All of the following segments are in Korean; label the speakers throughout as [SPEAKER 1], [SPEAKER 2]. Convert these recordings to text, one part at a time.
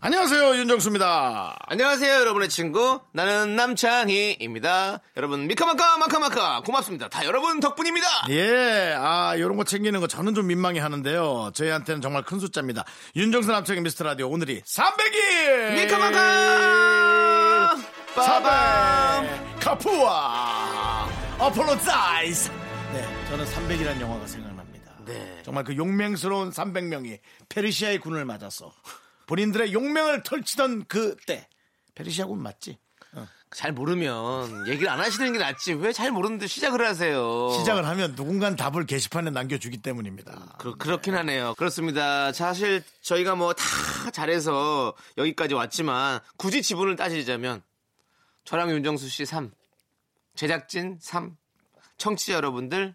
[SPEAKER 1] 안녕하세요 윤정수입니다.
[SPEAKER 2] 안녕하세요, 여러분의 친구. 나는 남창희입니다. 여러분, 미카마카, 마카마카. 고맙습니다. 다 여러분 덕분입니다.
[SPEAKER 1] 예, 아 이런 거 챙기는 거 저는 좀 민망해 하는데요. 저희한테는 정말 큰 숫자입니다. 윤정수 남창의 미스터 라디오 오늘이 300일
[SPEAKER 2] 미카마카! 빠밤!
[SPEAKER 1] 사백 카푸아 어폴로 사이즈. 네, 저는 300이라는 영화가 생각납니다.
[SPEAKER 2] 네.
[SPEAKER 1] 정말 그 용맹스러운 300명이 페르시아의 군을 맞아서 본인들의 용맹을 펼치던 그때 페르시아 군 맞지?
[SPEAKER 2] 잘 모르면 얘기를 안 하시는 게 낫지. 왜 잘 모르는데 시작을 하세요?
[SPEAKER 1] 시작을 하면 누군가 답을 게시판에 남겨주기 때문입니다.
[SPEAKER 2] 그러, 그렇긴 하네요. 그렇습니다. 사실 저희가 뭐 다 잘해서 여기까지 왔지만 굳이 지분을 따지자면 저랑 윤정수 씨 3, 제작진 3, 청취자 여러분들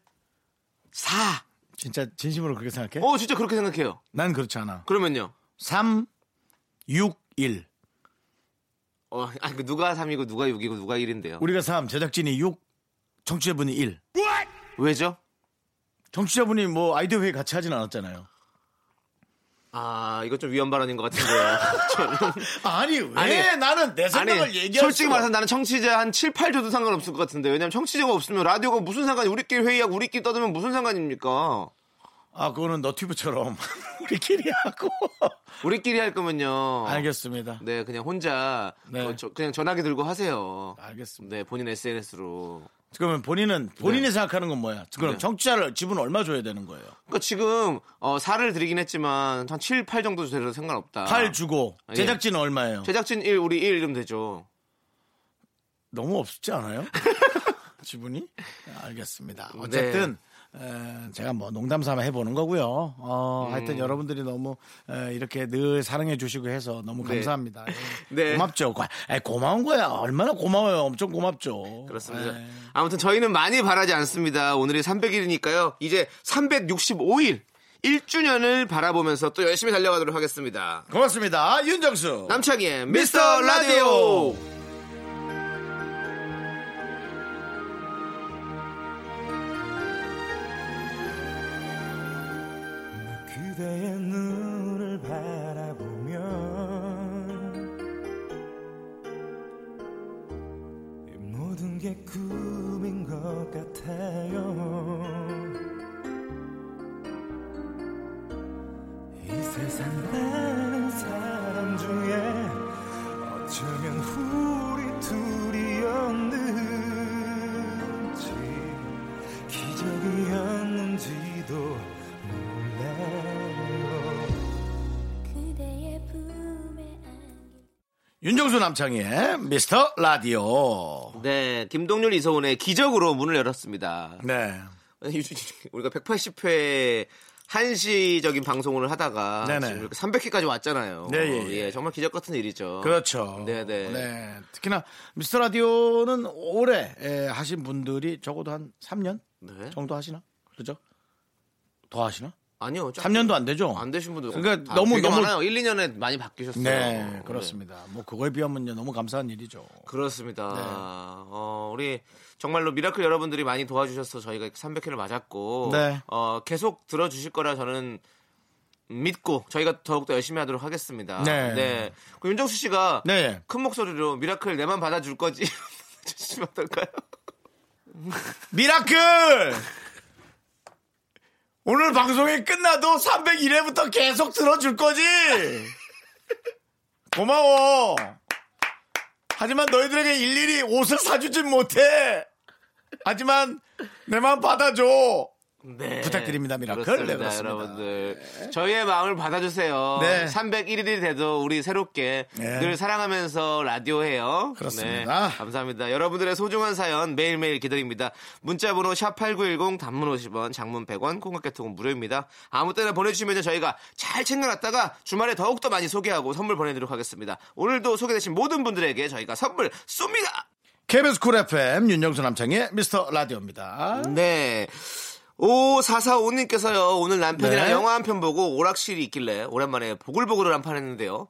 [SPEAKER 2] 4.
[SPEAKER 1] 진짜 진심으로 그렇게 생각해?
[SPEAKER 2] 어, 진짜 그렇게 생각해요.
[SPEAKER 1] 난 그렇지 않아.
[SPEAKER 2] 그러면요.
[SPEAKER 1] 3, 6, 1.
[SPEAKER 2] 어, 아니 그 누가 3이고 누가 6이고 누가 1인데요.
[SPEAKER 1] 우리가 3, 제작진이 6, 청취자분이 1.
[SPEAKER 2] 왜죠?
[SPEAKER 1] 청취자분이 뭐 아이디어 회의 같이 하진 않았잖아요.
[SPEAKER 2] 아, 이거 좀 위험 발언인 것 같은데요. 저는
[SPEAKER 1] 아니, 왜
[SPEAKER 2] 아니,
[SPEAKER 1] 나는 내그 생각을 얘기할
[SPEAKER 2] 솔직히
[SPEAKER 1] 수가-
[SPEAKER 2] 말해서 나는 청취자 한 7, 8조도 상관없을 것 같은데. 왜냐면 청취자가 없으면 라디오가 무슨 상관이 우리끼리 회의하고 우리끼리 떠들면 무슨 상관입니까?
[SPEAKER 1] 아, 그거는 너튜브처럼 우리끼리 하고.
[SPEAKER 2] 우리끼리 할 거면요.
[SPEAKER 1] 알겠습니다.
[SPEAKER 2] 네, 그냥 혼자
[SPEAKER 1] 네.
[SPEAKER 2] 어, 저- 그냥 전화기 들고 하세요.
[SPEAKER 1] 알겠습니다.
[SPEAKER 2] 네, 본인 SNS로.
[SPEAKER 1] 그러면 본인은 본인이 생각하는 건 뭐야? 그럼
[SPEAKER 2] 네.
[SPEAKER 1] 청취자를 지분 얼마 줘야 되는 거예요?
[SPEAKER 2] 그러니까 지금 어, 4를 드리긴 했지만 한 7, 8 정도 돼도 상관없다.
[SPEAKER 1] 8 주고
[SPEAKER 2] 예.
[SPEAKER 1] 제작진은 아. 얼마예요?
[SPEAKER 2] 제작진 1, 우리 1 이러면 되죠.
[SPEAKER 1] 너무 없지 않아요? 지분이? 알겠습니다.
[SPEAKER 2] 네.
[SPEAKER 1] 어쨌든 에, 제가 뭐 농담 삼아 해보는 거고요. 어,
[SPEAKER 2] 음.
[SPEAKER 1] 하여튼 여러분들이 너무 에, 이렇게 늘 사랑해 주시고 해서 너무 감사합니다. 예.
[SPEAKER 2] 네.
[SPEAKER 1] 고맙죠. 고- 에, 고마운 거야. 얼마나 고마워요. 엄청 고맙죠.
[SPEAKER 2] 그렇습니다.
[SPEAKER 1] 예.
[SPEAKER 2] 아무튼 저희는 많이 바라지 않습니다. 오늘이 300일이니까요. 이제 365일 1주년을 바라보면서 또 열심히 달려가도록 하겠습니다.
[SPEAKER 1] 고맙습니다. 윤정수.
[SPEAKER 2] 남창희의 미스터 라디오.
[SPEAKER 3] 그대의 눈을 바라보면 이 모든 게 꿈인 것 같아요 이 세상 많은 사람 중에 어쩌면 우리 둘이었는지 기적이었는지도 몰라요
[SPEAKER 4] 그대의 품에 안겨
[SPEAKER 1] 윤정수 남창희의 미스터 라디오.
[SPEAKER 2] 네, 김동률 이서훈의 기적으로 문을 열었습니다.
[SPEAKER 1] 네.
[SPEAKER 2] 우리가 180회 한시적인 방송을 하다가
[SPEAKER 1] 네네.
[SPEAKER 2] 지금 이렇게 300회까지 왔잖아요.
[SPEAKER 1] 네, 예, 예.
[SPEAKER 2] 예, 정말 기적 같은 일이죠.
[SPEAKER 1] 그렇죠.
[SPEAKER 2] 어, 네네.
[SPEAKER 1] 네. 특히나 미스터 라디오는 올해 에, 하신 분들이 적어도 한 3년
[SPEAKER 2] 네.
[SPEAKER 1] 정도 하시나? 그죠? 더 하시나?
[SPEAKER 2] 아니요.
[SPEAKER 1] 3년도 안 되죠?
[SPEAKER 2] 안 되신 분들
[SPEAKER 1] 그러니까
[SPEAKER 2] 아,
[SPEAKER 1] 너무-
[SPEAKER 2] 되게
[SPEAKER 1] 너무-
[SPEAKER 2] 많아요. 1, 2년에 많이 바뀌셨어요.
[SPEAKER 1] 네, 그렇습니다. 뭐 그거에 비하면요 너무 감사한 일이죠.
[SPEAKER 2] 그렇습니다.
[SPEAKER 1] 네.
[SPEAKER 2] 어, 우리 정말로 미라클 여러분들이 많이 도와주셔서 저희가 300회를 맞았고
[SPEAKER 1] 네.
[SPEAKER 2] 어, 계속 들어주실 거라 저는 믿고 저희가 더욱더 열심히 하도록 하겠습니다.
[SPEAKER 1] 네.
[SPEAKER 2] 그 윤정수 씨가
[SPEAKER 1] 네.
[SPEAKER 2] 큰 목소리로 미라클 내만 받아줄 거지 주시면 어떨까요?
[SPEAKER 1] 미라클! 오늘 방송이 끝나도 301회부터 계속 들어줄 거지! 고마워! 하지만 너희들에게 일일이 옷을 사주진 못해! 하지만 내 맘 받아줘!
[SPEAKER 2] 네.
[SPEAKER 1] 부탁드립니다, 미라클. 네,
[SPEAKER 2] 그렇습니다,
[SPEAKER 1] 그렇습니다.
[SPEAKER 2] 여러분들. 저희의 마음을 받아주세요.
[SPEAKER 1] 네.
[SPEAKER 2] 301일이 돼도 우리 새롭게
[SPEAKER 1] 네.
[SPEAKER 2] 늘 사랑하면서 라디오 해요.
[SPEAKER 1] 그렇습니다.
[SPEAKER 2] 네, 감사합니다. 여러분들의 소중한 사연 매일매일 기다립니다. 문자번호 샵8910 단문 50원, 장문 100원, 콩깍개통은 무료입니다. 아무 때나 보내주시면 저희가 잘 챙겨놨다가 주말에 더욱더 많이 소개하고 선물 보내드리도록 하겠습니다. 오늘도 소개되신 모든 분들에게 저희가 선물 쏩니다!
[SPEAKER 1] KBS 쿨 FM 윤정수 남창의 미스터 라디오입니다.
[SPEAKER 2] 네. 오, 4445님께서요, 오늘 남편이랑
[SPEAKER 1] 네.
[SPEAKER 2] 영화 한 편 보고 오락실이 있길래 오랜만에 보글보글을 한 판 했는데요.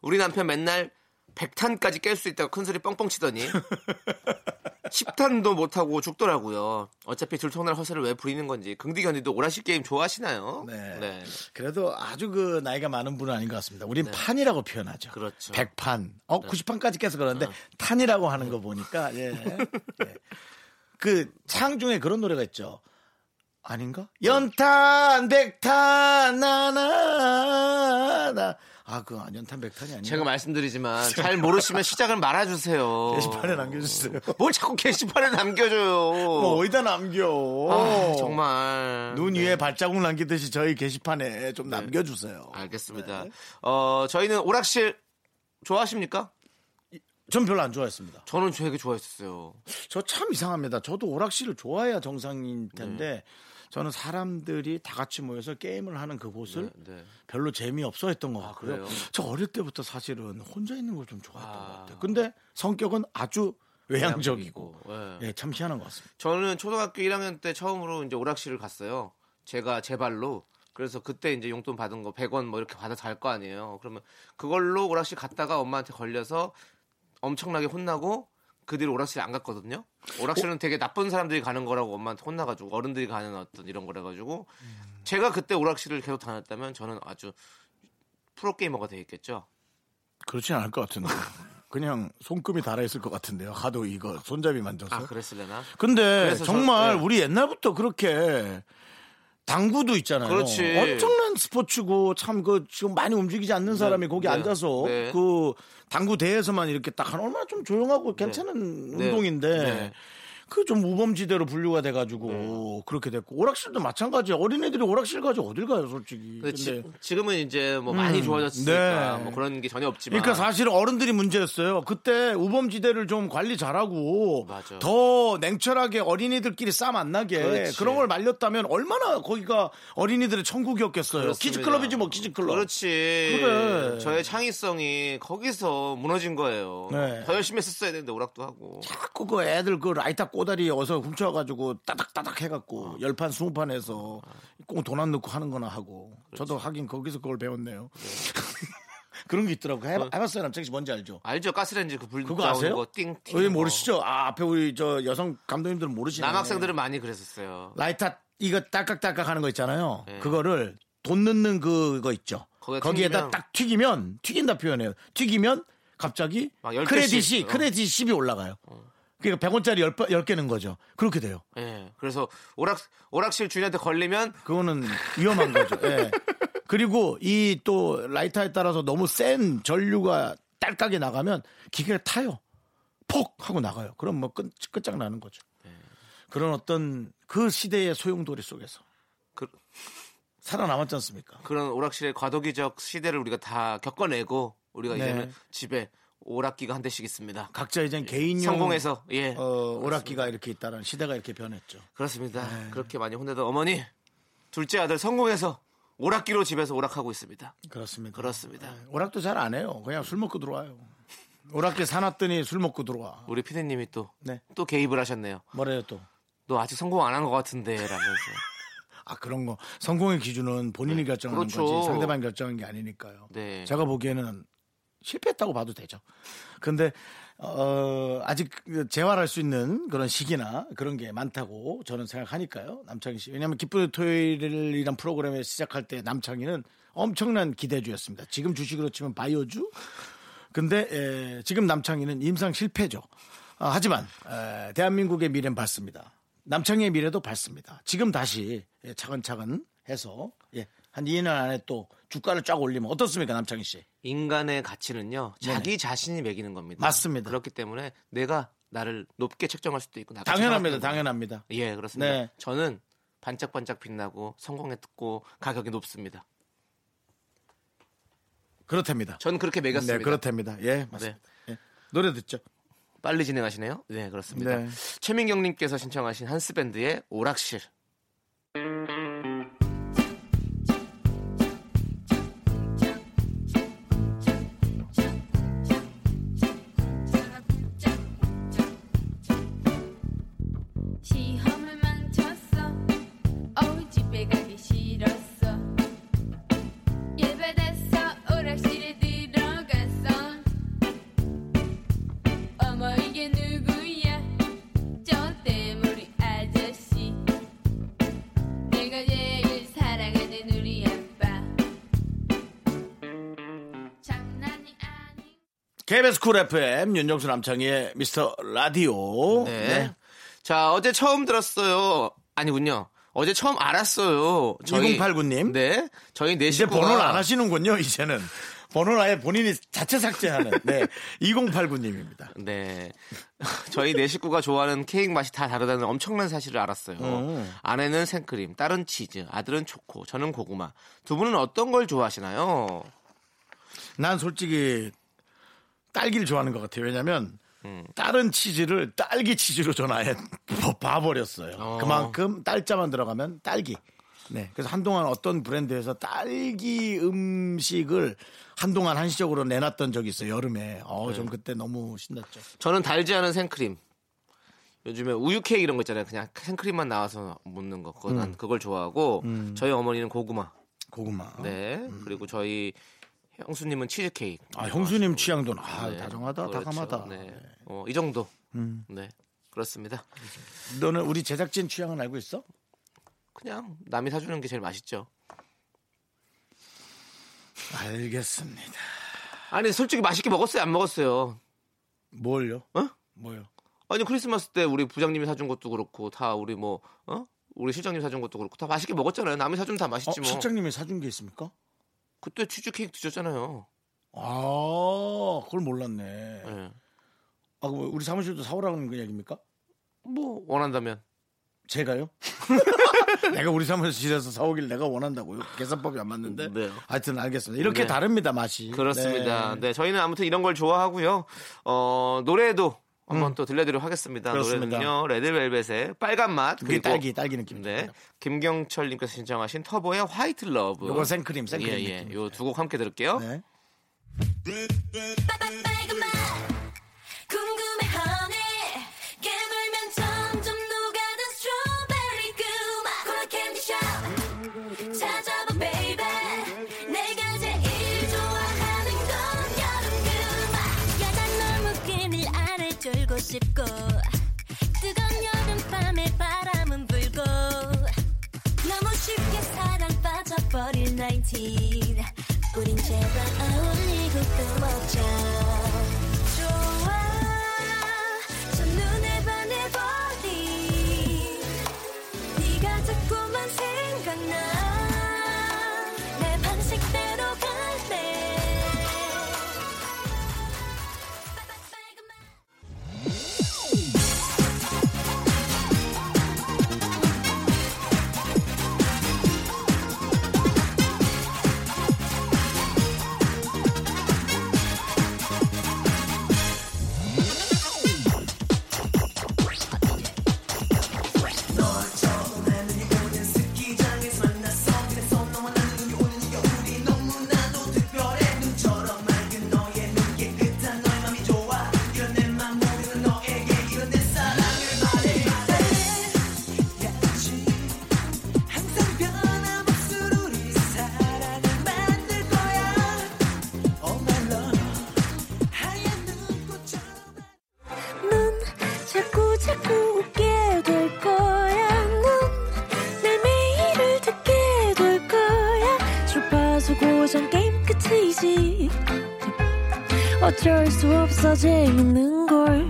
[SPEAKER 2] 우리 남편 맨날 100탄까지 깰 수 있다고 큰 소리 뻥뻥 치더니 10탄도 못하고 죽더라고요. 어차피 들통날 허세를 왜 부리는 건지. 긍디 견디도 오락실 게임 좋아하시나요?
[SPEAKER 1] 네. 그래도 아주 그 나이가 많은 분은 아닌 것 같습니다. 우린
[SPEAKER 2] 네.
[SPEAKER 1] 판이라고 표현하죠.
[SPEAKER 2] 그렇죠. 어.
[SPEAKER 1] 100판. 어, 90판까지 깨서 그러는데 탄이라고 하는 거 보니까 예. 그 창 중에 그런 노래가 있죠. 아닌가?
[SPEAKER 2] 네.
[SPEAKER 1] 연탄 백탄 나나나 아그 연탄 백탄이 아니야.
[SPEAKER 2] 제가 말씀드리지만 잘 모르시면 시작을 말아주세요.
[SPEAKER 1] 게시판에 남겨주세요.
[SPEAKER 2] 어. 뭘 자꾸 게시판에 남겨줘요.
[SPEAKER 1] 뭐 어디다 남겨.
[SPEAKER 2] 아, 정말.
[SPEAKER 1] 눈
[SPEAKER 2] 네.
[SPEAKER 1] 위에 발자국 남기듯이 저희 게시판에 좀 남겨주세요.
[SPEAKER 2] 알겠습니다.
[SPEAKER 1] 네.
[SPEAKER 2] 어, 저희는 오락실 좋아하십니까?
[SPEAKER 1] 전 별로 안 좋아했습니다.
[SPEAKER 2] 저는 되게 좋아했었어요.
[SPEAKER 1] 저 참 이상합니다. 저도 오락실을 좋아해야 정상인 텐데 저는 사람들이 다 같이 모여서 게임을 하는 그곳을
[SPEAKER 2] 네.
[SPEAKER 1] 별로 재미없어 했던 것 같고요.
[SPEAKER 2] 그래요?
[SPEAKER 1] 저 어릴 때부터 사실은 혼자 있는 걸 좀 좋아했던
[SPEAKER 2] 아.
[SPEAKER 1] 것 같아요. 근데 성격은 아주 외향적이고
[SPEAKER 2] 네.
[SPEAKER 1] 예, 참 희한한 것 같습니다.
[SPEAKER 2] 저는 초등학교 1학년 때 처음으로 이제 오락실을 갔어요. 제가 제 발로. 그래서 그때 이제 용돈 받은 거 100원 뭐 이렇게 받아서 갈 거 아니에요. 그러면 그걸로 오락실 갔다가 엄마한테 걸려서 엄청나게 혼나고 그 뒤로 오락실 안 갔거든요. 오락실은 되게 나쁜 사람들이 가는 거라고 엄마한테 혼나가지고 어른들이 가는 어떤 이런 거라가지고 제가 그때 오락실을 계속 다녔다면 저는 아주 프로게이머가 되겠죠.
[SPEAKER 1] 그렇진 않을 것 같은데 그냥 손금이 달아있을 것 같은데요. 하도 이거 손잡이 만져서.
[SPEAKER 2] 아 그랬을래나?
[SPEAKER 1] 근데
[SPEAKER 2] 그래서 저-
[SPEAKER 1] 정말
[SPEAKER 2] 네.
[SPEAKER 1] 우리 옛날부터 그렇게 당구도 있잖아요.
[SPEAKER 2] 그렇지.
[SPEAKER 1] 엄청난 스포츠고 참 그 지금 많이 움직이지 않는 사람이 거기
[SPEAKER 2] 네.
[SPEAKER 1] 앉아서
[SPEAKER 2] 네.
[SPEAKER 1] 그 당구 대회에서만 이렇게 딱 한 얼마나 좀 조용하고 괜찮은
[SPEAKER 2] 네.
[SPEAKER 1] 운동인데
[SPEAKER 2] 네.
[SPEAKER 1] 그 좀 우범지대로 분류가 돼가지고 그렇게 됐고 오락실도 마찬가지. 어린애들이 오락실 가지 어딜 가요, 솔직히.
[SPEAKER 2] 근데
[SPEAKER 1] 근데
[SPEAKER 2] 지, 금은 이제 뭐 많이
[SPEAKER 1] 음,
[SPEAKER 2] 좋아졌으니까
[SPEAKER 1] 네.
[SPEAKER 2] 뭐 그런 게 전혀 없지만
[SPEAKER 1] 그러니까 사실 어른들이 문제였어요. 그때 우범지대를 좀 관리 잘하고
[SPEAKER 2] 맞아.
[SPEAKER 1] 더 냉철하게 어린이들끼리 싸움 안 나게
[SPEAKER 2] 그렇지.
[SPEAKER 1] 그런걸 말렸다면 얼마나 거기가 어린이들의 천국이었겠어요.
[SPEAKER 2] 그렇습니다.
[SPEAKER 1] 키즈클럽이지 뭐 키즈클럽.
[SPEAKER 2] 그렇지.
[SPEAKER 1] 그래.
[SPEAKER 2] 저의 창의성이 거기서 무너진 거예요.
[SPEAKER 1] 네.
[SPEAKER 2] 더 열심히 했었어야 되는데 오락도 하고.
[SPEAKER 1] 자꾸 그 애들 그 라이터 꼬다리 어서 훔쳐가지고 따닥따닥
[SPEAKER 2] 어.
[SPEAKER 1] 해갖고 열판 스무 판 해서 꼭 돈 안 넣고 하는 거나 하고 저도 하긴 거기서 그걸 배웠네요. 그런 게 있더라고. 해봤, 해봤어요. 남창 씨 뭔지 알죠?
[SPEAKER 2] 알죠? 가스레인지 그불
[SPEAKER 1] 그거
[SPEAKER 2] 나오는
[SPEAKER 1] 아세요?
[SPEAKER 2] 거 띵띵.
[SPEAKER 1] 왜
[SPEAKER 2] 아, 뭐.
[SPEAKER 1] 모르시죠? 아, 앞에 우리 저 여성 감독님들은 모르시나요?
[SPEAKER 2] 남학생들은 많이 그랬었어요.
[SPEAKER 1] 라이터 이거 딸깍딸깍 하는 거 있잖아요.
[SPEAKER 2] 네.
[SPEAKER 1] 그거를 돈 넣는 그거 있죠.
[SPEAKER 2] 거기에
[SPEAKER 1] 거기에다
[SPEAKER 2] 튀기면-
[SPEAKER 1] 딱 튀기면 튀긴다 표현해요. 튀기면 갑자기
[SPEAKER 2] 막 열
[SPEAKER 1] 크레딧이
[SPEAKER 2] 개씩. 어.
[SPEAKER 1] 크레딧 10이 올라가요. 그러니까 100원짜리 10, 10개 는 거죠. 그렇게 돼요.
[SPEAKER 2] 예. 그래서 오락 오락실 주인한테 걸리면
[SPEAKER 1] 그거는 위험한 거죠. 예. 그리고 이 또 라이터에 따라서 너무 센 전류가 딸깍이 나가면 기계가 타요. 폭 하고 나가요. 그럼 뭐 끝, 끝장나는 거죠.
[SPEAKER 2] 네.
[SPEAKER 1] 그런 어떤 그 시대의 소용돌이 속에서
[SPEAKER 2] 그,
[SPEAKER 1] 살아남았지 않습니까?
[SPEAKER 2] 그런 오락실의 과도기적 시대를 우리가 다 겪어내고 우리가
[SPEAKER 1] 네.
[SPEAKER 2] 이제는 집에 오락기가 한 대씩 있습니다.
[SPEAKER 1] 각자 이젠 개인용
[SPEAKER 2] 예, 성공해서 예
[SPEAKER 1] 어, 오락기가 이렇게 있다는 시대가 이렇게 변했죠.
[SPEAKER 2] 그렇습니다.
[SPEAKER 1] 네.
[SPEAKER 2] 그렇게 많이 혼내던 어머니 둘째 아들 성공해서 오락기로 집에서 오락하고 있습니다.
[SPEAKER 1] 그렇습니다. 예,
[SPEAKER 2] 그렇습니다.
[SPEAKER 1] 오락도 잘 안 해요. 그냥 술 먹고 들어와요. 오락기 사놨더니 술 먹고 들어와.
[SPEAKER 2] 우리 피디님이 또 또
[SPEAKER 1] 네.
[SPEAKER 2] 개입을 하셨네요.
[SPEAKER 1] 뭐래요 또?
[SPEAKER 2] 너 아직 성공 안 한 것 같은데라면서
[SPEAKER 1] 아 그런 거 성공의 기준은 본인이 결정하는
[SPEAKER 2] 그렇죠.
[SPEAKER 1] 거지 상대방이 결정한 게 아니니까요.
[SPEAKER 2] 네.
[SPEAKER 1] 제가 보기에는 실패했다고 봐도 되죠. 근데 어, 아직 그 재활할 수 있는 그런 시기나 그런 게 많다고 저는 생각하니까요. 남창희 씨. 왜냐하면 기쁜 토요일이란 프로그램을 시작할 때 남창희는 엄청난 기대주였습니다. 지금 주식으로 치면 바이오주. 근데 에, 지금 남창희는 임상 실패죠. 아, 하지만 에, 대한민국의 미래는 밝습니다. 남창희의 미래도 밝습니다. 지금 다시 예, 차근차근 해서 예, 한 2년 안에 또 주가를 쫙 올리면 어떻습니까, 남창희 씨?
[SPEAKER 2] 인간의 가치는요 자기 자신이 매기는 겁니다.
[SPEAKER 1] 맞습니다.
[SPEAKER 2] 그렇기 때문에 내가 나를 높게 책정할 수도 있고 낮게
[SPEAKER 1] 당연합니다,
[SPEAKER 2] 생각할 수도 있고.
[SPEAKER 1] 당연합니다.
[SPEAKER 2] 예 그렇습니다.
[SPEAKER 1] 네.
[SPEAKER 2] 저는 반짝반짝 빛나고 성공했고 가격이 높습니다.
[SPEAKER 1] 그렇답니다.
[SPEAKER 2] 전 그렇게 매겼습니다. 네.
[SPEAKER 1] 네, 그렇답니다. 예, 맞습니다. 예. 노래 듣죠.
[SPEAKER 2] 빨리 진행하시네요. 네, 그렇습니다.
[SPEAKER 1] 네.
[SPEAKER 2] 최민경님께서 신청하신 한스밴드의 오락실.
[SPEAKER 5] 시험을 망쳤어 어우 집에 가기 싫었어 예배됐어 오락실에 들어갔어 어머 이게 누구야 저 때물이 아저씨 내가 제일 사랑하는 우리 아빠 장난이 아닌
[SPEAKER 1] KBS 쿨 FM 윤정수 남창희의 미스터 라디오.
[SPEAKER 2] 네. 자, 어제 처음 들었어요. 아니군요. 어제 처음 알았어요.
[SPEAKER 1] 2089님.
[SPEAKER 2] 네. 저희 네
[SPEAKER 1] 이제
[SPEAKER 2] 식구가-
[SPEAKER 1] 번호를 안 하시는군요. 이제는 번호를 아예 본인이 자체 삭제하는 네. 2089님입니다.
[SPEAKER 2] 네. 저희 네 식구가 좋아하는 케이크 맛이 다 다르다는 엄청난 사실을 알았어요. 아내는 생크림, 딸은 치즈, 아들은 초코, 저는 고구마. 두 분은 어떤 걸 좋아하시나요?
[SPEAKER 1] 난 솔직히 딸기를 좋아하는 것 같아요. 왜냐면
[SPEAKER 2] 음.
[SPEAKER 1] 다른 치즈를 딸기 치즈로 전 아예 봐버렸어요.
[SPEAKER 2] 어.
[SPEAKER 1] 그만큼 딸자만 들어가면 딸기. 네. 그래서 한동안 어떤 브랜드에서 딸기 음식을 한동안 한시적으로 내놨던 적이 있어요. 여름에.
[SPEAKER 2] 네.
[SPEAKER 1] 어, 전 그때 너무 신났죠.
[SPEAKER 2] 저는 달지 않은 생크림. 요즘에 우유 케이크 이런 거 있잖아요. 그냥 생크림만 나와서 묻는 거. 그거
[SPEAKER 1] 음.
[SPEAKER 2] 난 그걸 좋아하고 저희 어머니는 고구마.
[SPEAKER 1] 고구마.
[SPEAKER 2] 네. 그리고 저희 형수님은 치즈 케이크.
[SPEAKER 1] 음. 아, 형수님 취향도 아,
[SPEAKER 2] 네.
[SPEAKER 1] 다정하다,
[SPEAKER 2] 그렇죠.
[SPEAKER 1] 다감하다. 음.
[SPEAKER 2] 네. 어, 이 정도. 네. 그렇습니다.
[SPEAKER 1] 너는 우리 제작진 취향은 알고 있어?
[SPEAKER 2] 그냥 남이 사주는 게 제일 맛있죠.
[SPEAKER 1] 알겠습니다.
[SPEAKER 2] 아니 솔직히 맛있게 먹었어요 안 먹었어요
[SPEAKER 1] 뭘요?
[SPEAKER 2] 어?
[SPEAKER 1] 뭐요?
[SPEAKER 2] 아니 크리스마스 때 우리 부장님이 사준 것도 그렇고 다 우리 뭐 어? 우리 실장님 사준 것도 그렇고 다 맛있게 먹었잖아요 남이 사주면 다
[SPEAKER 1] 어,
[SPEAKER 2] 맛있지 뭐
[SPEAKER 1] 실장님이 사준 게 있습니까?
[SPEAKER 2] 그때 치즈케이크 드셨잖아요
[SPEAKER 1] 아, 그걸 몰랐네.
[SPEAKER 2] 예
[SPEAKER 1] 아, 그럼 우리 사무실도 사오라는 그 얘기입니까?
[SPEAKER 2] 뭐 원한다면
[SPEAKER 1] 제가요? 내가 우리 사무실에서 사오길 내가 원한다고요. 계산법이 안 맞는데.
[SPEAKER 2] 네.
[SPEAKER 1] 하여튼 알겠습니다. 이렇게
[SPEAKER 2] 네.
[SPEAKER 1] 다릅니다, 맛이.
[SPEAKER 2] 그렇습니다
[SPEAKER 1] 네.
[SPEAKER 2] 네. 저희는 아무튼 이런 걸 좋아하고요 어 노래도 한번 또 들려드리도록 하겠습니다
[SPEAKER 1] 음. 그렇습니다.
[SPEAKER 2] 노래는요 레드벨벳의 빨간 맛
[SPEAKER 1] 그게
[SPEAKER 2] 그리고
[SPEAKER 1] 딸기, 딸기 느낌.
[SPEAKER 2] 네
[SPEAKER 1] 네.
[SPEAKER 2] 김경철님께서 신청하신 터보의 화이트 러브
[SPEAKER 1] 요거 생크림, 생크림
[SPEAKER 2] 예예
[SPEAKER 1] 느낌.
[SPEAKER 2] 요 두 곡 함께 들을게요
[SPEAKER 1] 네.
[SPEAKER 4] 빨간 맛 궁금해 honey 깨물면 점점 녹아든 스트로베리 그맛 콜라 캔디 아, 샵 찾아봐 baby 내가 제일 좋아하는 건 여름 그맛 야단 너무 그늘 아래 졸고 싶고 뜨거운 여름밤에 바람은 불고 너무 쉽게 사랑 빠져버릴 19 우린 제발 어울리고 또 먹자 좋아 첫눈에 반해버린 네가 자꾸만 생각나 내 방식대로 갈래 넌 자꾸 자꾸 웃게 될 거야. 넌내 매일을 듣게 될 거야. 주파수 고정 게임 끝이지. 어쩔 수 없어 재밌는 걸.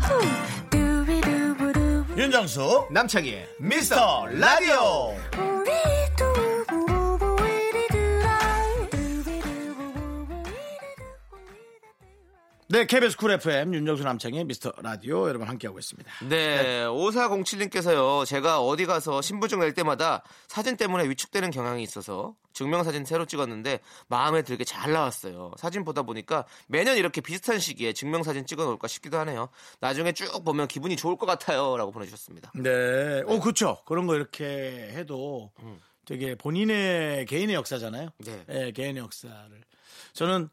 [SPEAKER 4] 후. 두비두부두.
[SPEAKER 1] 윤정수,
[SPEAKER 2] 남창희의
[SPEAKER 1] 미스터 라디오.
[SPEAKER 4] 우리 두부부부 우리 두라. 두비두부부부 우리 두부부부.
[SPEAKER 1] 네, KBS 쿨 FM 윤정수 남창의 미스터 라디오 여러분 함께하고 있습니다.
[SPEAKER 2] 네, 5407님께서요, 제가 어디 가서 신분증 낼 때마다 사진 때문에 위축되는 경향이 있어서 증명사진 새로 찍었는데 마음에 들게 잘 나왔어요. 사진 보다 보니까 매년 이렇게 비슷한 시기에 증명사진 찍어 놓을까 싶기도 하네요. 나중에 쭉 보면 기분이 좋을 것 같아요. 라고 보내주셨습니다.
[SPEAKER 1] 네, 오 그렇죠. 그런 거 이렇게 해도 되게 본인의 개인의 역사잖아요.
[SPEAKER 2] 네.
[SPEAKER 1] 예, 개인의 역사를 저는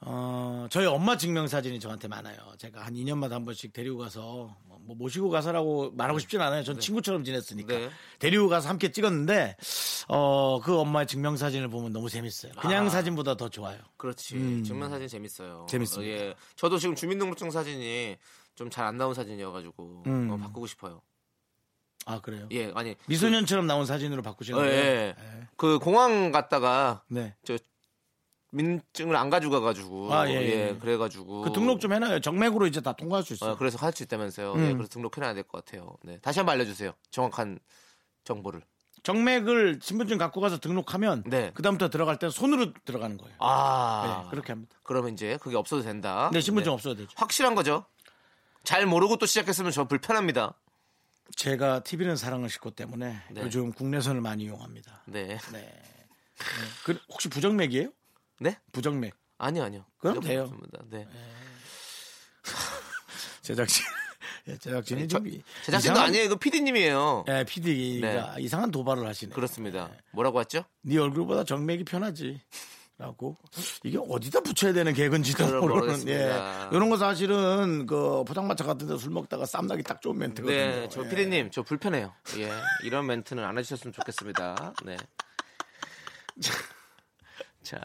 [SPEAKER 1] 어, 저희 엄마 증명사진이 저한테 많아요. 제가 한 2년마다 한 번씩 데리고 가서 뭐 모시고 가서라고 말하고 싶진 않아요. 전 친구처럼 지냈으니까
[SPEAKER 2] 네.
[SPEAKER 1] 데리고 가서 함께 찍었는데 어, 그 엄마의 증명사진을 보면 너무 재밌어요. 그냥
[SPEAKER 2] 아.
[SPEAKER 1] 사진보다 더 좋아요.
[SPEAKER 2] 그렇지. 증명사진 음. 재밌어요.
[SPEAKER 1] 재밌습니다.
[SPEAKER 2] 어, 예. 저도 지금 주민등록증 사진이 좀 잘 안 나온 사진이어가지고
[SPEAKER 1] 음.
[SPEAKER 2] 어, 바꾸고 싶어요.
[SPEAKER 1] 아 그래요?
[SPEAKER 2] 예, 아니.
[SPEAKER 1] 미소년처럼 나온 사진으로
[SPEAKER 2] 어,
[SPEAKER 1] 바꾸시는 거예요?
[SPEAKER 2] 예. 그 공항 갔다가
[SPEAKER 1] 네.
[SPEAKER 2] 민증을 안 가져가 가지고
[SPEAKER 1] 아, 예,
[SPEAKER 2] 예,
[SPEAKER 1] 예.
[SPEAKER 2] 그래 가지고
[SPEAKER 1] 그 등록 좀 해놔요. 정맥으로 이제 다 통과할 수 있어요.
[SPEAKER 2] 그래서 할 수 있다면서요.
[SPEAKER 1] 음.
[SPEAKER 2] 예, 그래서 등록해놔야 될 것 같아요. 네. 다시 한번 알려주세요. 정확한 정보를.
[SPEAKER 1] 정맥을 신분증 갖고 가서 등록하면
[SPEAKER 2] 네.
[SPEAKER 1] 그다음부터 들어갈 때 손으로 들어가는 거예요.
[SPEAKER 2] 아,
[SPEAKER 1] 네, 그렇게 합니다.
[SPEAKER 2] 그러면 이제 그게 없어도 된다.
[SPEAKER 1] 근데 신분증
[SPEAKER 2] 네.
[SPEAKER 1] 없어도 되죠.
[SPEAKER 2] 확실한 거죠. 잘 모르고 또 시작했으면 저 불편합니다.
[SPEAKER 1] 제가 TV는 사랑을 싣고 때문에
[SPEAKER 2] 네.
[SPEAKER 1] 요즘 국내선을 많이 이용합니다.
[SPEAKER 2] 네,
[SPEAKER 1] 네. 네. 그- 혹시 부정맥이에요?
[SPEAKER 2] 네,
[SPEAKER 1] 부정맥.
[SPEAKER 2] 아니요, 아니요.
[SPEAKER 1] 그럼
[SPEAKER 2] 그런 거
[SPEAKER 1] 돼요.
[SPEAKER 2] 없습니다. 네,
[SPEAKER 1] 제작진. 예, 제작진이
[SPEAKER 2] 저-
[SPEAKER 1] 좀 이-
[SPEAKER 2] 제작진도
[SPEAKER 1] 이상한-
[SPEAKER 2] 아니에요. 이거 PD님이에요.
[SPEAKER 1] 예, PD가 이상한 도발을 하시네. 요
[SPEAKER 2] 그렇습니다. 뭐라고 했죠?
[SPEAKER 1] 네 얼굴보다 정맥이 편하지. 라고 이게 어디다 붙여야 되는 개근지도
[SPEAKER 2] 그럼
[SPEAKER 1] 모르는 예.
[SPEAKER 2] 모르겠습니다.
[SPEAKER 1] 이런 거 사실은 그 포장마차 같은데 술 먹다가 쌈나기 딱 좋은 멘트거든요.
[SPEAKER 2] 네, 저
[SPEAKER 1] 예.
[SPEAKER 2] 피디님, 저 불편해요. 예, 이런 멘트는 안 해주셨으면 좋겠습니다. 네. 자, 자.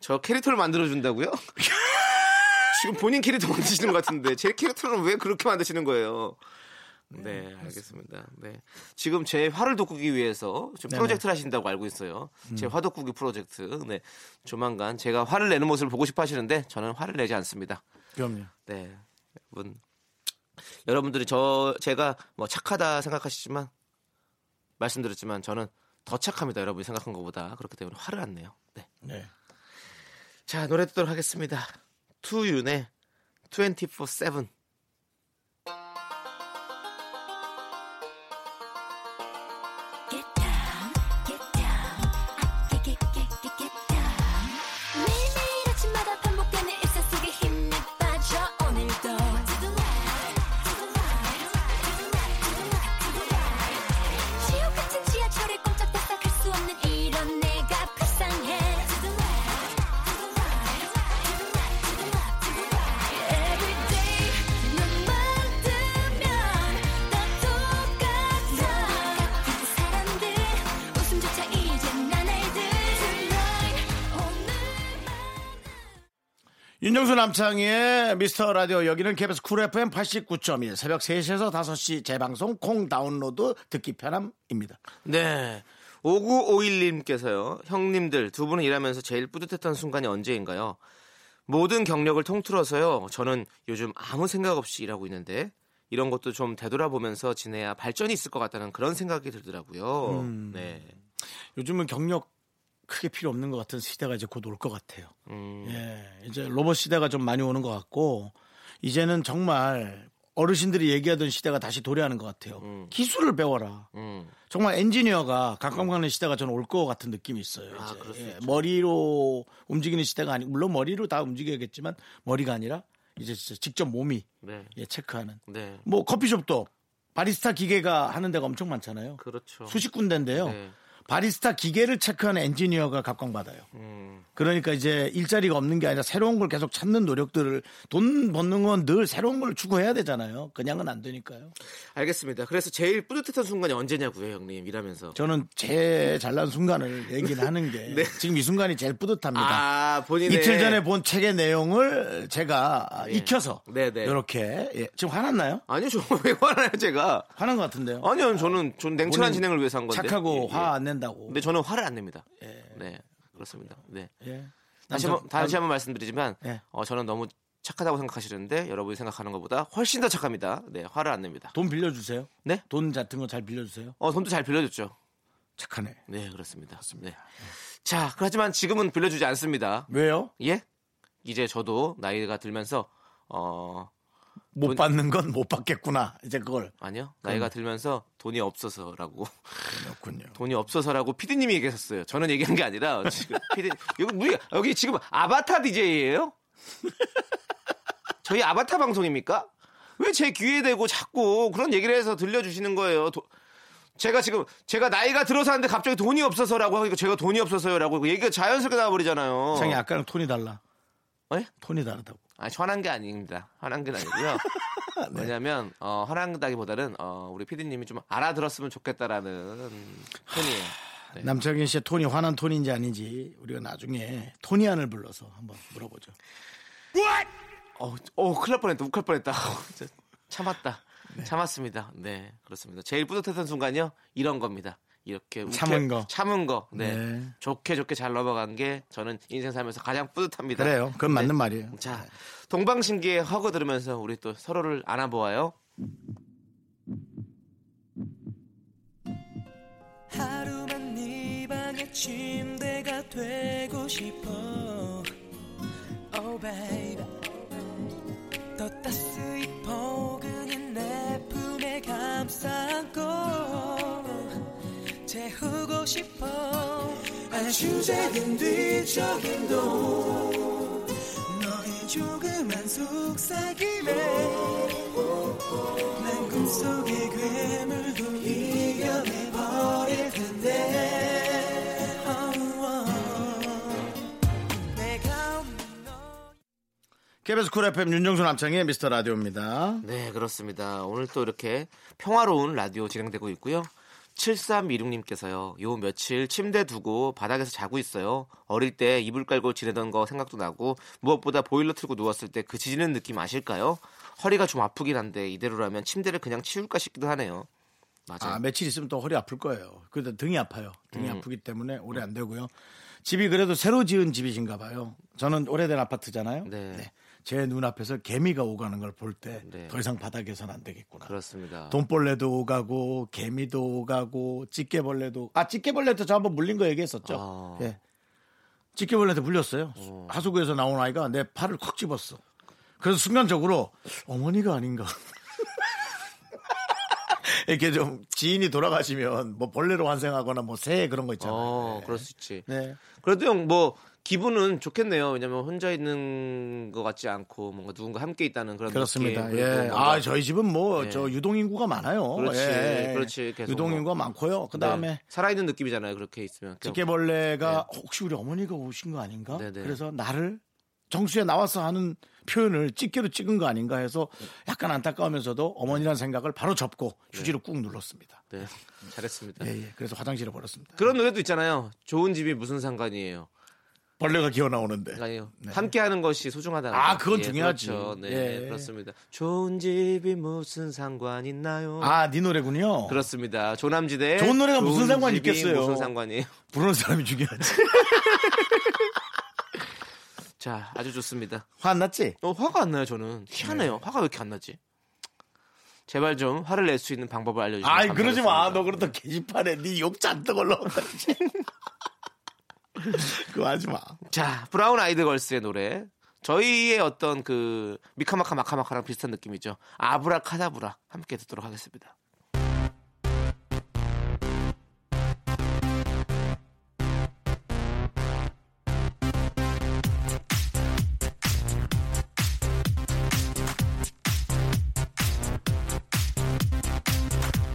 [SPEAKER 2] 저 캐릭터를 만들어준다고요? 지금 본인 캐릭터 만드시는 것 같은데 제 캐릭터는 왜 그렇게 만드시는 거예요? 네, 알겠습니다. 네, 지금 제 화를 돋구기 위해서 지금 프로젝트를 하신다고 알고 있어요. 제 화돋구기 프로젝트. 네, 조만간 제가 화를 내는 모습을 보고 싶어하시는데 저는 화를 내지 않습니다.
[SPEAKER 1] 예. 그럼요.
[SPEAKER 2] 네. 여러분. 여러분들이 저 제가 뭐 착하다 생각하시지만 말씀드렸지만 저는 더 착합니다. 여러분이 생각한 것보다. 그렇기 때문에 화를 안 내요. 네.
[SPEAKER 1] 네.
[SPEAKER 2] 자, 노래 듣도록 하겠습니다. 투윤의 24/7.
[SPEAKER 4] Get down, get down, 아, get, get, get, get, get down. 매일매일 아침마다 반복되는 일상 속에 힘이 빠져 오늘도 to the light, to the light, to the light, to the light, to the light. 지옥 같은 지하철에 꼼짝달싹 할수 없는 이런 내가 불쌍해. To the light, to the light, to the light, to the light, to the light. Every day 눈만 뜨면 다 똑같아. 같은 사람들 웃음조차 이제 난 알들 Tonight 오늘만
[SPEAKER 1] 윤정수 남창희의 미스터 라디오 여기는 KBS 쿨 FM 89.1 새벽 3시에서 5시 재방송 콩 다운로드 듣기 편함입니다.
[SPEAKER 2] 네. 5951님께서요. 형님들 두 분은 일하면서 제일 뿌듯했던 순간이 언제인가요? 모든 경력을 통틀어서요. 저는 요즘 아무 생각 없이 일하고 있는데 이런 것도 좀 되돌아보면서 지내야 발전이 있을 것 같다는 그런 생각이 들더라고요.
[SPEAKER 1] 음.
[SPEAKER 2] 네.
[SPEAKER 1] 요즘은 경력 크게 필요 없는 것 같은 시대가 이제 곧 올 것 같아요.
[SPEAKER 2] 음,
[SPEAKER 1] 예, 이제 로봇 시대가 좀 많이 오는 것 같고 이제는 정말 어르신들이 얘기하던 시대가 다시 도래하는 것 같아요. 기술을 배워라.
[SPEAKER 2] 음.
[SPEAKER 1] 정말 엔지니어가 가끔 가는 시대가 저는 올 것 같은 느낌이 있어요.
[SPEAKER 2] 아,
[SPEAKER 1] 이제.
[SPEAKER 2] 그럴 수
[SPEAKER 1] 예,
[SPEAKER 2] 있죠.
[SPEAKER 1] 머리로 움직이는 시대가 아니 물론 머리로 다 움직여야겠지만 머리가 아니라 이제 진짜 직접 몸이
[SPEAKER 2] 네.
[SPEAKER 1] 예, 체크하는
[SPEAKER 2] 네.
[SPEAKER 1] 뭐 커피숍도 바리스타 기계가 하는 데가 엄청 많잖아요.
[SPEAKER 2] 그렇죠.
[SPEAKER 1] 수십 군데인데요.
[SPEAKER 2] 네.
[SPEAKER 1] 바리스타 기계를 체크하는 엔지니어가 각광받아요.
[SPEAKER 2] 음,
[SPEAKER 1] 그러니까 이제 일자리가 없는 게 아니라 새로운 걸 계속 찾는 노력들을 돈 버는 건 늘 새로운 걸 추구해야 되잖아요. 그냥은 안 되니까요.
[SPEAKER 2] 알겠습니다. 그래서 제일 뿌듯했던 순간이 언제냐고요, 형님. 일하면서.
[SPEAKER 1] 저는 제 잘난 순간을 얘기를 하는 게
[SPEAKER 2] 네.
[SPEAKER 1] 지금 이 순간이 제일 뿌듯합니다.
[SPEAKER 2] 아, 본인의
[SPEAKER 1] 이틀 전에 본 책의 내용을 제가
[SPEAKER 2] 예.
[SPEAKER 1] 익혀서
[SPEAKER 2] 네네.
[SPEAKER 1] 이렇게 예. 지금 화났나요?
[SPEAKER 2] 아니요, 저왜 화나요, 제가?
[SPEAKER 1] 화난 것 같은데요.
[SPEAKER 2] 아니요, 저는 전 냉철한
[SPEAKER 1] 본인
[SPEAKER 2] 어, 진행을 위해서 한 건데.
[SPEAKER 1] 착하고
[SPEAKER 2] 예, 예.
[SPEAKER 1] 화 안 낸다고.
[SPEAKER 2] 근데 저는 화를 안 냅니다. 네, 그렇습니다. 네.
[SPEAKER 1] 예.
[SPEAKER 2] 다시
[SPEAKER 1] 남성-
[SPEAKER 2] 한번 다시 한번 말씀드리지만,
[SPEAKER 1] 예.
[SPEAKER 2] 어, 저는 너무 착하다고 생각하시는데 여러분이 생각하는 것보다 훨씬 더 착합니다. 네, 화를 안 냅니다.
[SPEAKER 1] 돈 빌려주세요.
[SPEAKER 2] 네?
[SPEAKER 1] 돈 같은 거 잘 빌려주세요.
[SPEAKER 2] 어, 돈도 잘 빌려줬죠.
[SPEAKER 1] 착하네.
[SPEAKER 2] 네, 그렇습니다. 네. 자, 그렇지만 지금은 빌려주지 않습니다.
[SPEAKER 1] 왜요?
[SPEAKER 2] 예? 이제 저도 나이가 들면서 어
[SPEAKER 1] 못
[SPEAKER 2] 돈-
[SPEAKER 1] 받는 건 못 받겠구나. 이제 그걸.
[SPEAKER 2] 아니요 나이가 들면서 돈이 없어서라고
[SPEAKER 1] 그렇군요.
[SPEAKER 2] 돈이 없어서라고 피디님이 얘기했었어요. 저는 얘기한 게 아니라 지금 피디 여기 뭐 여기 지금 아바타 DJ예요? 저희 아바타 방송입니까? 왜 제 귀에 대고 자꾸 그런 얘기를 해서 들려주시는 거예요? 도- 제가 지금 제가 나이가 들어서 하는데 갑자기 돈이 없어서라고 하니까 제가 돈이 없어서요라고 얘기가 자연스럽게 나와버리잖아요.
[SPEAKER 1] 창이 아까랑 톤이 달라.
[SPEAKER 2] 어. 예?
[SPEAKER 1] 톤이 다르다고.
[SPEAKER 2] 아, 화난 게 아닙니다. 화난 게 아니고요. 왜냐면 어, 화난다기보다는 어, 우리 피디님이 좀 알아들었으면 좋겠다라는 톤이에요. 네.
[SPEAKER 1] 남창희 씨의 톤이 화난 톤인지 아닌지 우리가 나중에 토니안을 불러서 한번 물어보죠.
[SPEAKER 2] 어, 어, 큰일 날 뻔했다. 욱할 뻔했다. 아우, 진짜 참았다. 참았습니다. 네, 그렇습니다. 제일 뿌듯했던 순간이요. 이런 겁니다. 이렇게 욱해-
[SPEAKER 1] 참은 거.
[SPEAKER 2] 참은 거. 네.
[SPEAKER 1] 네.
[SPEAKER 2] 좋게 좋게 잘 넘어간 게 저는 인생 살면서 가장 뿌듯합니다.
[SPEAKER 1] 그래요. 네. 그건
[SPEAKER 2] 네.
[SPEAKER 1] 맞는 말이에요.
[SPEAKER 2] 자, 동방신기의 허거 들으면서 우리 또 서로를 안아보아요.
[SPEAKER 3] 하루만 네 방의 침대가 되고 싶어 Oh baby 더 따스히 포근히 내 품에 감싸고 재우고 싶어 아, 안주적인 뒤척임도 너의 조그만 속삭임에 난 꿈속의 괴물도 이겨내버릴 텐데 oh, oh. 내가 없는 너
[SPEAKER 1] KBS 쿨 FM 윤정수 남창희 미스터 라디오입니다.
[SPEAKER 2] 네, 그렇습니다. 오늘 또 이렇게 평화로운 라디오 진행되고 있고요. 7326님께서요, 요 며칠 침대 두고 바닥에서 자고 있어요. 어릴 때 이불 깔고 지내던 거 생각도 나고, 무엇보다 보일러 틀고 누웠을 때 그 지지는 느낌 아실까요? 허리가 좀 아프긴 한데, 이대로라면 침대를 그냥 치울까 싶기도 하네요. 맞아요.
[SPEAKER 1] 아, 며칠 있으면 또 허리 아플 거예요. 그래도 등이 아파요. 등이
[SPEAKER 2] 음.
[SPEAKER 1] 아프기 때문에 오래
[SPEAKER 2] 네.
[SPEAKER 1] 안 되고요. 집이 그래도 새로 지은 집이신가 봐요. 저는 오래된 아파트잖아요.
[SPEAKER 2] 네.
[SPEAKER 1] 제 눈앞에서 개미가 오가는 걸 볼 때 더
[SPEAKER 2] 네. 그렇죠.
[SPEAKER 1] 이상 바닥에서는 안 되겠구나.
[SPEAKER 2] 그렇습니다.
[SPEAKER 1] 돈벌레도 오가고 개미도 오가고 찌개벌레도 아 찌개벌레도 저 한번 물린 거 얘기했었죠.
[SPEAKER 2] 아.
[SPEAKER 1] 예. 찌개벌레한테 물렸어요. 하수구에서 나온 아이가 내 팔을 콕 집었어. 그래서 순간적으로 어머니가 아닌가. 이렇게 좀 지인이 돌아가시면 뭐 벌레로 환생하거나 뭐 새 그런 거 있잖아요.
[SPEAKER 2] 어,
[SPEAKER 1] 네.
[SPEAKER 2] 그럴 수 있지.
[SPEAKER 1] 네.
[SPEAKER 2] 그래도 형 뭐 기분은 좋겠네요. 왜냐면 혼자 있는 것 같지 않고 뭔가 누군가 함께 있다는 그런
[SPEAKER 1] 그렇습니다.
[SPEAKER 2] 느낌.
[SPEAKER 1] 예.
[SPEAKER 2] 그리고 뭔가 예.
[SPEAKER 1] 아, 저희 집은 뭐 저 유동 인구가 많아요.
[SPEAKER 2] 그렇지,
[SPEAKER 1] 예.
[SPEAKER 2] 그렇지. 계속 뭐.
[SPEAKER 1] 유동 인구가 많고요. 그다음에
[SPEAKER 2] 네. 살아있는 느낌이잖아요. 그렇게 있으면.
[SPEAKER 1] 집게벌레가 혹시 우리 어머니가 오신 거 아닌가?
[SPEAKER 2] 네. 네네.
[SPEAKER 1] 그래서 나를 정수에 나와서 하는 표현을 집게로 찍은 거 아닌가 해서 약간 안타까우면서도 어머니란 생각을 바로 접고 휴지로 꾹 눌렀습니다.
[SPEAKER 2] 네, 잘했습니다.
[SPEAKER 1] 예, 예. 그래서 화장실에 버렸습니다.
[SPEAKER 2] 그런 노래도 있잖아요. 좋은 집이 무슨 상관이에요.
[SPEAKER 1] 벌레가 기어 나오는데.
[SPEAKER 2] 아니요.
[SPEAKER 1] 네.
[SPEAKER 2] 함께하는 것이 소중하다는.
[SPEAKER 1] 아,
[SPEAKER 2] 거.
[SPEAKER 1] 그건
[SPEAKER 2] 예,
[SPEAKER 1] 중요하지.
[SPEAKER 2] 그렇죠. 네,
[SPEAKER 1] 예.
[SPEAKER 2] 그렇습니다. 좋은 집이 무슨 상관 있나요?
[SPEAKER 1] 아, 네 노래군요.
[SPEAKER 2] 그렇습니다. 조남지대.
[SPEAKER 1] 좋은 노래가 무슨
[SPEAKER 2] 좋은
[SPEAKER 1] 상관이
[SPEAKER 2] 집이
[SPEAKER 1] 있겠어요.
[SPEAKER 2] 무슨 상관이에요?
[SPEAKER 1] 부르는 사람이 중요하지.
[SPEAKER 2] 자, 아주 좋습니다.
[SPEAKER 1] 화 안 났지?
[SPEAKER 2] 어, 화가 안 나요,
[SPEAKER 1] 네.
[SPEAKER 2] 저는. 희한해요. 화가 왜 이렇게 안 나지? 제발 좀 화를 낼 수 있는 방법을 알려주세요.
[SPEAKER 1] 아이, 그러지 마. 너 그러다 게시판에 네욕 잔뜩 올라온다. 이제. 그거 하지 마.
[SPEAKER 2] 자, 브라운 아이드 걸스의 노래. 저희의 어떤 그 미카마카 마카마카랑 비슷한 느낌이죠. 아브라카다브라 함께 듣도록 하겠습니다.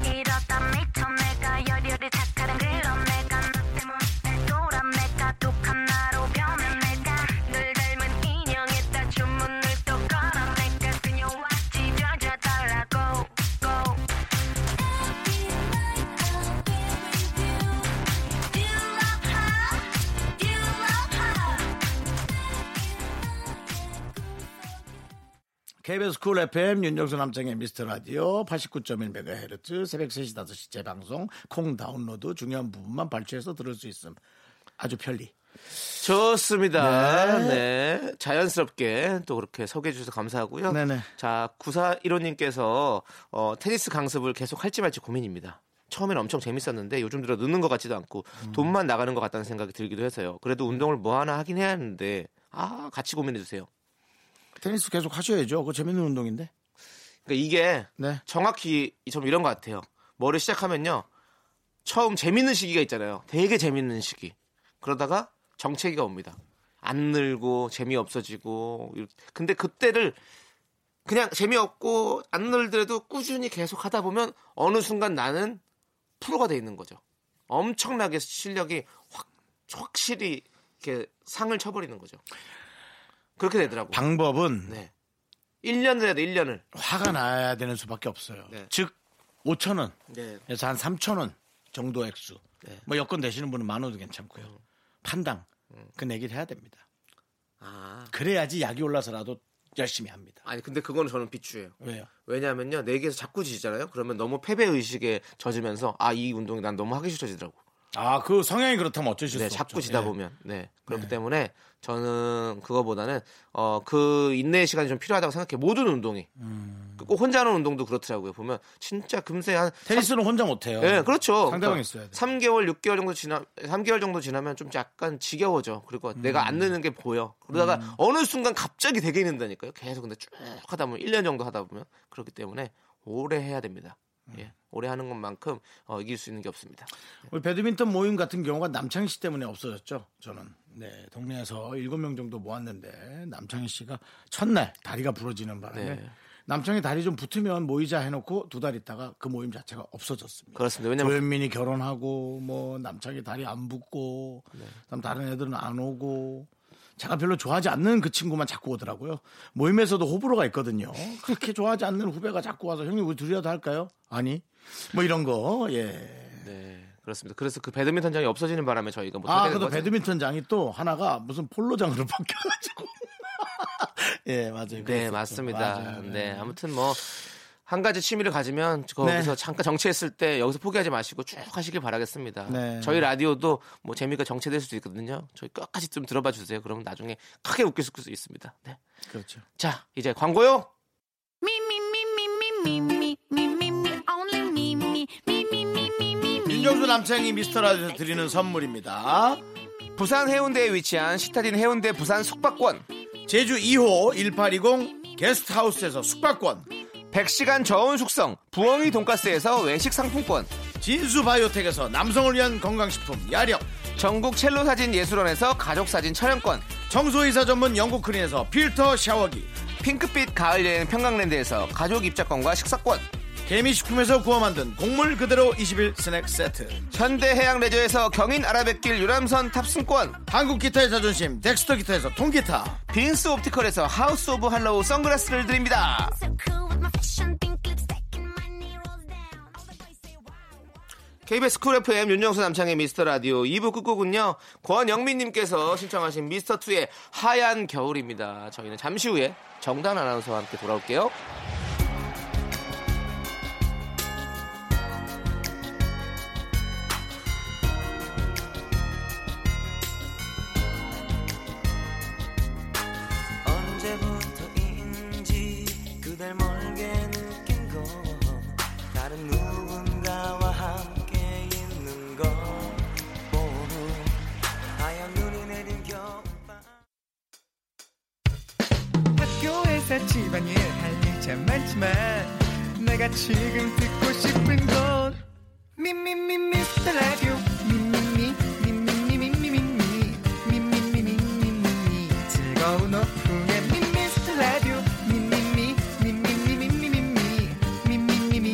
[SPEAKER 6] 이러다 미쳐 내가 열혈이 착하단 그런 내가 나 때문에 돌아 내가 독한 나로 변해 내가 늘 닮은 인형에다 주문을 또 걸어 내가 그녀와 찢어져 달라고 go
[SPEAKER 1] KBS 쿨 FM 윤정수 남창의 미스터 라디오 89.1MHz 새벽 3시 5시 재방송 콩 다운로드 중요한 부분만 발췌해서 들을 수 있음 아주 편리
[SPEAKER 2] 좋습니다. 네. 자연스럽게 또 그렇게 소개해 주셔서 감사하고요.
[SPEAKER 1] 네네.
[SPEAKER 2] 자, 9415님께서 어, 테니스 강습을 계속 할지 말지 고민입니다. 처음엔 엄청 재밌었는데 요즘 들어
[SPEAKER 1] 음.
[SPEAKER 2] 느는 것 같지도 않고 돈만 나가는 것 같다는 생각이 들기도 해서요. 그래도 운동을 뭐 하나 하긴 해야 하는데 아, 같이 고민해 주세요.
[SPEAKER 1] 테니스 계속 하셔야죠. 그거 재밌는 운동인데.
[SPEAKER 2] 그러니까 이게
[SPEAKER 1] 네.
[SPEAKER 2] 정확히 좀 이런 것 같아요. 뭐를 시작하면요. 처음 재밌는 시기가 있잖아요. 되게 재밌는 시기. 그러다가 정체기가 옵니다. 안 늘고 재미없어지고. 근데 그때를 그냥 재미없고 안 늘더라도 꾸준히 계속 하다 보면 어느 순간 나는 프로가 돼 있는 거죠. 엄청나게 실력이 확 확실히 이렇게 상을 쳐버리는 거죠. 그렇게 되더라고. 요
[SPEAKER 1] 방법은
[SPEAKER 2] 네. 1년을 해야 돼, 1년을.
[SPEAKER 1] 화가 나야 되는 수밖에 없어요.
[SPEAKER 2] 네.
[SPEAKER 1] 즉 5천 원,
[SPEAKER 2] 네.
[SPEAKER 1] 그래서 한 3천 원 정도 액수.
[SPEAKER 2] 네.
[SPEAKER 1] 뭐 여권 되시는 분은 만 원도 괜찮고요. 판당 그 내기를 해야 됩니다.
[SPEAKER 2] 아.
[SPEAKER 1] 그래야지 약이 올라서라도 열심히 합니다.
[SPEAKER 2] 아니 근데 그거는 저는 비추예요.
[SPEAKER 1] 왜요?
[SPEAKER 2] 왜냐하면요 내기에서 자꾸 지잖아요. 그러면 너무 패배 의식에 젖으면서 아 이 운동이 난 너무 하기 싫어지더라고.
[SPEAKER 1] 아 그 성향이 그렇다면 어쩔
[SPEAKER 2] 네,
[SPEAKER 1] 수
[SPEAKER 2] 자꾸
[SPEAKER 1] 없죠.
[SPEAKER 2] 지다
[SPEAKER 1] 예.
[SPEAKER 2] 보면 네 그렇기 때문에 저는 그거보다는 어 그 인내의 시간이 좀 필요하다고 생각해. 모든 운동이
[SPEAKER 1] 음.
[SPEAKER 2] 그 꼭 혼자 하는 운동도 그렇더라고요. 보면 진짜 금세 한
[SPEAKER 1] 테니스는 혼자 못해요.
[SPEAKER 2] 예, 그렇죠.
[SPEAKER 1] 상대방이 있어야 돼요.
[SPEAKER 2] 3개월, 6개월 정도 지나 3개월 정도 지나면 좀 약간 지겨워져. 그리고
[SPEAKER 1] 음.
[SPEAKER 2] 내가 안 느는 게 보여. 그러다가 어느 순간 갑자기 되게 는다니까요. 계속 근데 쭉 하다 보면 1년 정도 하다 보면 그렇기 때문에 오래 해야 됩니다.
[SPEAKER 1] 음.
[SPEAKER 2] 예. 오래 하는 것만큼 어, 이길 수 있는 게 없습니다.
[SPEAKER 1] 우리 배드민턴 모임 같은 경우가 남창희 씨 때문에 없어졌죠. 저는 네 동네에서 일곱 명 정도 모았는데 남창희 씨가 첫날 다리가 부러지는 바람에
[SPEAKER 2] 네.
[SPEAKER 1] 남창희 다리 좀 붙으면 모이자 해놓고 두 달 있다가 그 모임 자체가 없어졌습니다.
[SPEAKER 2] 그렇습니다. 왜냐면
[SPEAKER 1] 조현민이 결혼하고 뭐 남창희 다리 안 붙고 그다음 다른 애들은 안 오고 제가 별로 좋아하지 않는 그 친구만 자꾸 오더라고요. 모임에서도 호불호가 있거든요. 그렇게 좋아하지 않는 후배가 자꾸 와서 형님 우리 둘이라도 할까요? 아니 뭐 이런 거 예.
[SPEAKER 2] 네. 그렇습니다. 그래서 그 배드민턴장이 없어지는 바람에 저희가 뭐 못
[SPEAKER 1] 아,
[SPEAKER 2] 하게 된
[SPEAKER 1] 그래도
[SPEAKER 2] 거죠.
[SPEAKER 1] 배드민턴장이 또 하나가 무슨 폴로장으로 바뀌어가지고. 예, 맞아요.
[SPEAKER 2] 네,
[SPEAKER 1] 그랬었죠.
[SPEAKER 2] 맞습니다.
[SPEAKER 1] 맞아요.
[SPEAKER 2] 네. 아무튼 뭐 한 가지 취미를 가지면 거기서
[SPEAKER 1] 네.
[SPEAKER 2] 잠깐 정체했을 때 여기서 포기하지 마시고 쭉 하시길 바라겠습니다.
[SPEAKER 1] 네.
[SPEAKER 2] 저희 라디오도 뭐 재미가 정체될 수도 있거든요. 저희 끝까지 좀 들어봐 주세요. 그러면 나중에 크게 웃길 수 있습니다. 네.
[SPEAKER 1] 그렇죠.
[SPEAKER 2] 자, 이제 광고요.
[SPEAKER 1] 윤정수 남창이 미스터 라디오에서 드리는 선물입니다.
[SPEAKER 2] 부산 해운대에 위치한 시타딘 해운대 부산 숙박권,
[SPEAKER 1] 제주 2호 1820 게스트하우스에서 숙박권,
[SPEAKER 2] 100시간 저온 숙성 부엉이 돈가스에서 외식 상품권,
[SPEAKER 1] 진수 바이오텍에서 남성을 위한 건강식품 야력,
[SPEAKER 2] 전국 첼로 사진 예술원에서 가족 사진 촬영권,
[SPEAKER 1] 청소이사 전문 영국 크린에서 필터 샤워기,
[SPEAKER 2] 핑크빛 가을 여행 평강랜드에서 가족 입장권과 식사권.
[SPEAKER 1] 개미식품에서 구워 만든 곡물 그대로 21 스낵 세트,
[SPEAKER 2] 현대해양레저에서 경인 아라뱃길 유람선 탑승권
[SPEAKER 1] 한국 기타의 자존심 덱스터 기타에서 통기타,
[SPEAKER 2] 빈스 옵티컬에서 하우스 오브 할로우 선글라스를 드립니다
[SPEAKER 4] So cool with my fashion pink lipstick and my knee rolls down. All the boys say wow.
[SPEAKER 2] KBS 쿨 FM 윤정수 남창의 미스터라디오 2부 끝곡은요 권영민님께서 신청하신 미스터2의 하얀 겨울입니다 저희는 잠시 후에 정단 아나운서와 함께 돌아올게요
[SPEAKER 3] 언제부터인지 그댈 멀게 느낀 건 다른 누군가와 함께 있는 건 모두 하얀 눈이 내린 겨울밤
[SPEAKER 7] 학교에서 집안일 할 일 참 많지만 내가 지금 듣고 싶은 건 미미미 미스터 라디오 미미미 미미미 미미미 미미미 미미미 즐거운 오후에 미스터 라디오 미미미 미미미 미미미 미미미 미미미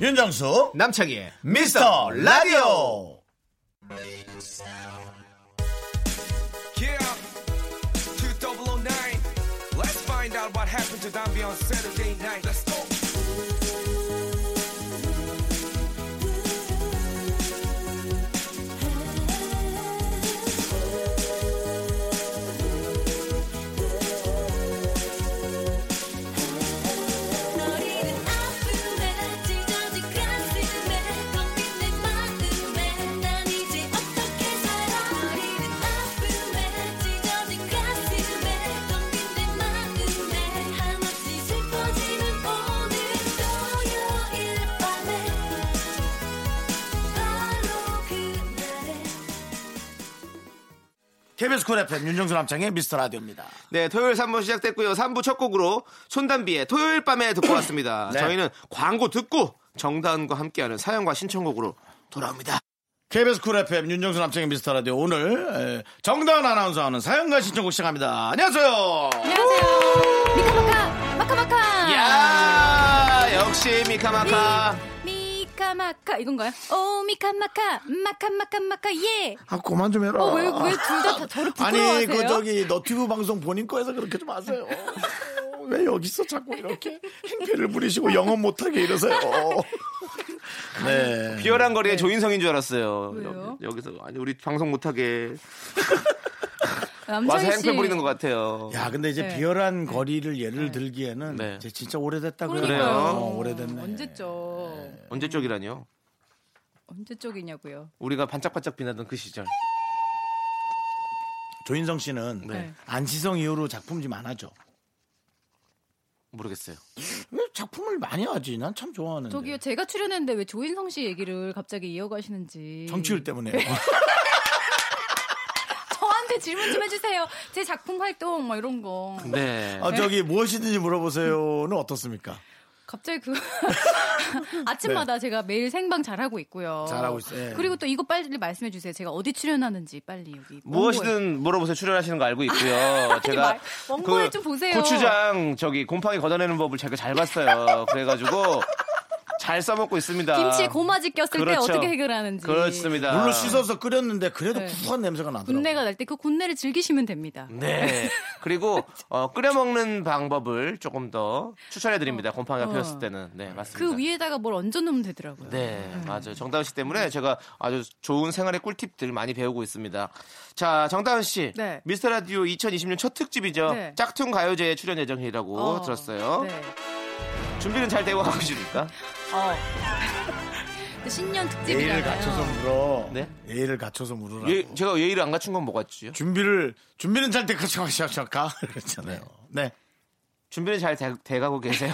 [SPEAKER 1] 윤정수
[SPEAKER 2] 남창희의
[SPEAKER 1] 미스터 라디오
[SPEAKER 4] 너리는 아픔에 찢어진 가슴에 텅빈내 마음에 난 이제 어떻게 살아
[SPEAKER 1] KBS 쿨 FM 윤정수 남창의 미스터 라디오입니다.
[SPEAKER 2] 네, 토요일 3부 시작됐고요. 3부 첫 곡으로 손담비의 토요일 밤에 듣고 왔습니다.
[SPEAKER 1] 네.
[SPEAKER 2] 저희는 광고 듣고 정다은과 함께하는 사연과 신청곡으로 돌아옵니다.
[SPEAKER 1] KBS 쿨 FM 윤정수 남창의 미스터 라디오 오늘 에, 정다은 아나운서하는 사연과 신청곡 시작합니다. 안녕하세요.
[SPEAKER 8] 안녕하세요. 미카마카 마카마카.
[SPEAKER 2] 야 역시 미카마카.
[SPEAKER 8] 미, 카마카 이건가요? 오 미카마카 마카마카 마카 예.
[SPEAKER 1] 아 그만 좀 해라.
[SPEAKER 8] 어 왜 왜 둘 다 다 저를 부끄러워하세요?
[SPEAKER 1] 아니 그 저기 너튜브 방송 본인 거에서 그렇게 좀 하세요. 왜 여기서 자꾸 이렇게 행패를 부리시고 영업 못하게 이러세요. 네.
[SPEAKER 2] 비열한 거리에 조인성인 줄 알았어요.
[SPEAKER 8] 왜요?
[SPEAKER 2] 여, 기서 아니 우리 방송 못하게 와서
[SPEAKER 8] 남창희 씨.
[SPEAKER 2] 행패 부리는 것 같아요.
[SPEAKER 1] 야, 근데 이제
[SPEAKER 8] 네.
[SPEAKER 1] 비열한 거리를 예를 들기에는
[SPEAKER 2] 네.
[SPEAKER 1] 이제 진짜 오래됐다고요. 네.
[SPEAKER 8] 그러니까요.
[SPEAKER 2] 그래요?
[SPEAKER 1] 어, 오래됐네.
[SPEAKER 8] 언제죠?
[SPEAKER 2] 언제 쪽이라뇨?
[SPEAKER 8] 언제 쪽이냐고요?
[SPEAKER 2] 우리가 반짝반짝 빛나던 그 시절.
[SPEAKER 1] 조인성 씨는
[SPEAKER 8] 네.
[SPEAKER 1] 안시성 이후로 작품 좀 안 하죠.
[SPEAKER 2] 모르겠어요.
[SPEAKER 1] 왜 작품을 많이 하지? 난 참 좋아하는데.
[SPEAKER 8] 저기요 제가 출연했는데 왜 조인성 씨 얘기를 갑자기 이어가시는지.
[SPEAKER 1] 정치율 때문에.
[SPEAKER 8] 네. 저한테 질문 좀 해주세요. 제 작품 활동 막 이런 거.
[SPEAKER 2] 네.
[SPEAKER 1] 아, 저기 무엇이든지 물어보세요는 어떻습니까?
[SPEAKER 8] 갑자기 그
[SPEAKER 2] 네.
[SPEAKER 8] 아침마다 제가 매일 생방 잘하고 있고요.
[SPEAKER 1] 잘하고 있어요. 예.
[SPEAKER 8] 그리고 또 이거 빨리 말씀해 주세요. 제가 어디 출연하는지 빨리 여기. 뭐 원고에.
[SPEAKER 2] 무엇이든 물어보세요. 출연하시는 거 알고 있고요. 제가 그
[SPEAKER 8] 말- 원고에 좀 보세요.
[SPEAKER 2] 고추장 저기 곰팡이 걷어내는 법을 제가 잘 봤어요. 그래가지고 잘 써먹고 있습니다.
[SPEAKER 8] 김치에 고마지 꼈을
[SPEAKER 2] 그렇죠.
[SPEAKER 8] 때 어떻게 해결하는지.
[SPEAKER 2] 그렇습니다.
[SPEAKER 1] 물로 씻어서 끓였는데 그래도
[SPEAKER 8] 네.
[SPEAKER 1] 구수한 냄새가 나더라고요.
[SPEAKER 8] 군내가 날 때 그 군내를 즐기시면 됩니다.
[SPEAKER 2] 네. 그리고 어, 끓여 먹는 방법을 조금 더 추천해 드립니다. 곰팡이가
[SPEAKER 8] 어.
[SPEAKER 2] 피었을 때는 네 맞습니다.
[SPEAKER 8] 그 위에다가 뭘 얹어 놓으면 되더라고요.
[SPEAKER 2] 네,
[SPEAKER 8] 음.
[SPEAKER 2] 맞아요. 정다은 씨 때문에 제가 아주 좋은 생활의 꿀팁들 많이 배우고 있습니다. 자, 정다은 씨.
[SPEAKER 8] 네.
[SPEAKER 2] 미스터 라디오 2020년 첫 특집이죠.
[SPEAKER 8] 네.
[SPEAKER 2] 짝퉁 가요제에 출연 예정이라고
[SPEAKER 8] 어,
[SPEAKER 2] 뭐 들었어요.
[SPEAKER 8] 네.
[SPEAKER 2] 준비는 잘 되고 가고 있습니까?
[SPEAKER 8] 어. 그 신년
[SPEAKER 1] 예의를 갖춰서
[SPEAKER 8] 특집이라요.
[SPEAKER 1] 물어.
[SPEAKER 2] 네?
[SPEAKER 1] 예의를 갖춰서 물으라고.
[SPEAKER 2] 예, 제가 예의를 안 갖춘 건 뭐가 있지요?
[SPEAKER 1] 준비를 준비는 잘 되고 시작할까 그랬잖아요. 네.
[SPEAKER 2] 준비는 잘 돼, 돼가고 계세요?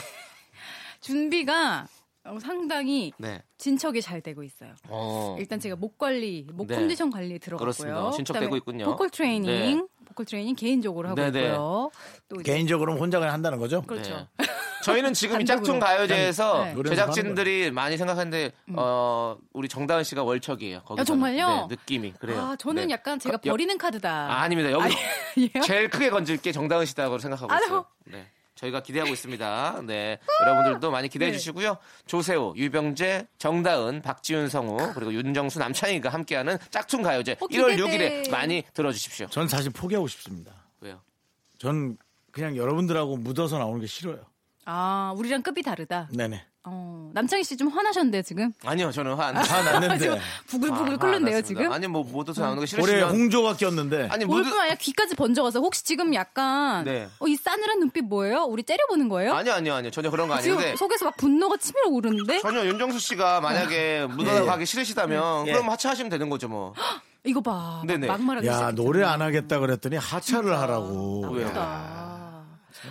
[SPEAKER 8] 준비가 어, 상당히
[SPEAKER 2] 네.
[SPEAKER 8] 진척이 잘 되고 있어요.
[SPEAKER 2] 어.
[SPEAKER 8] 일단 제가 목 관리, 목
[SPEAKER 2] 네.
[SPEAKER 8] 컨디션 관리에 들어갔고요.
[SPEAKER 2] 그렇습니다. 진척되고
[SPEAKER 8] 그다음에
[SPEAKER 2] 있군요.
[SPEAKER 8] 보컬 트레이닝,
[SPEAKER 2] 네.
[SPEAKER 8] 보컬 트레이닝 개인적으로 하고
[SPEAKER 2] 네네.
[SPEAKER 8] 있고요. 또 이제
[SPEAKER 1] 개인적으로 혼자 그냥 한다는 거죠?
[SPEAKER 8] 그렇죠.
[SPEAKER 2] 네. 저희는 지금 이 짝퉁
[SPEAKER 8] 단독으로.
[SPEAKER 2] 가요제에서
[SPEAKER 8] 네. 음.
[SPEAKER 1] 노래는
[SPEAKER 2] 제작진들이 많이 생각하는데 어, 우리 정다은 씨가 월척이에요. 거기
[SPEAKER 8] 아, 정말요?
[SPEAKER 2] 느낌이 그래요.
[SPEAKER 8] 아, 저는
[SPEAKER 2] 네.
[SPEAKER 8] 약간 제가
[SPEAKER 2] 여-
[SPEAKER 8] 버리는 카드다.
[SPEAKER 2] 아, 아닙니다. 여기
[SPEAKER 8] 아니에요?
[SPEAKER 2] 제일 크게 건질 게 정다은 씨다고 생각하고
[SPEAKER 8] 아유.
[SPEAKER 2] 있어요. 네. 저희가 기대하고 있습니다. 네. 여러분들도 많이 기대해
[SPEAKER 8] 네.
[SPEAKER 2] 주시고요. 조세호, 유병재, 정다은, 박지윤 성우, 그리고 윤정수, 남창희가 함께하는 짝퉁 가요제
[SPEAKER 8] 어,
[SPEAKER 2] 1월
[SPEAKER 8] 기대돼.
[SPEAKER 2] 6일에 많이 들어주십시오.
[SPEAKER 1] 전 사실 포기하고 싶습니다.
[SPEAKER 2] 왜요?
[SPEAKER 1] 전 그냥 여러분들하고 묻어서 나오는 게 싫어요.
[SPEAKER 8] 아, 우리랑 급이 다르다.
[SPEAKER 1] 네네.
[SPEAKER 8] 어, 남창희 씨 좀 화나셨는데 지금?
[SPEAKER 2] 아니요, 저는 화안
[SPEAKER 1] 다 났는데
[SPEAKER 8] 부글부글
[SPEAKER 2] 아,
[SPEAKER 8] 끓는데요
[SPEAKER 2] 알았습니다.
[SPEAKER 8] 지금? 음.
[SPEAKER 2] 아니 뭐 모두 나오는 거
[SPEAKER 1] 올해
[SPEAKER 2] 싫으시면
[SPEAKER 1] 홍조가 꼈는데
[SPEAKER 2] 아니 모두
[SPEAKER 8] 올뿐 아니라 귀까지 번져가서 혹시 지금 약간
[SPEAKER 2] 네.
[SPEAKER 8] 어, 이 싸늘한 눈빛 뭐예요? 우리 째려보는 거예요?
[SPEAKER 2] 아니요 아니요 아니요 전혀 그런 거
[SPEAKER 8] 지금
[SPEAKER 2] 아닌데
[SPEAKER 8] 속에서 막 분노가 치밀어 오르는데
[SPEAKER 2] 전혀 윤정수 씨가
[SPEAKER 8] 네.
[SPEAKER 2] 만약에 묻어나가기 싫으시다면 그럼 하차하시면 되는 거죠 뭐.
[SPEAKER 8] 이거 봐
[SPEAKER 2] 네네.
[SPEAKER 8] 막말하기
[SPEAKER 1] 야
[SPEAKER 8] 시작했잖아.
[SPEAKER 1] 노래 안 하겠다 그랬더니 하차를
[SPEAKER 8] 아,
[SPEAKER 1] 하라고.
[SPEAKER 2] 왜요?
[SPEAKER 8] 그러니까.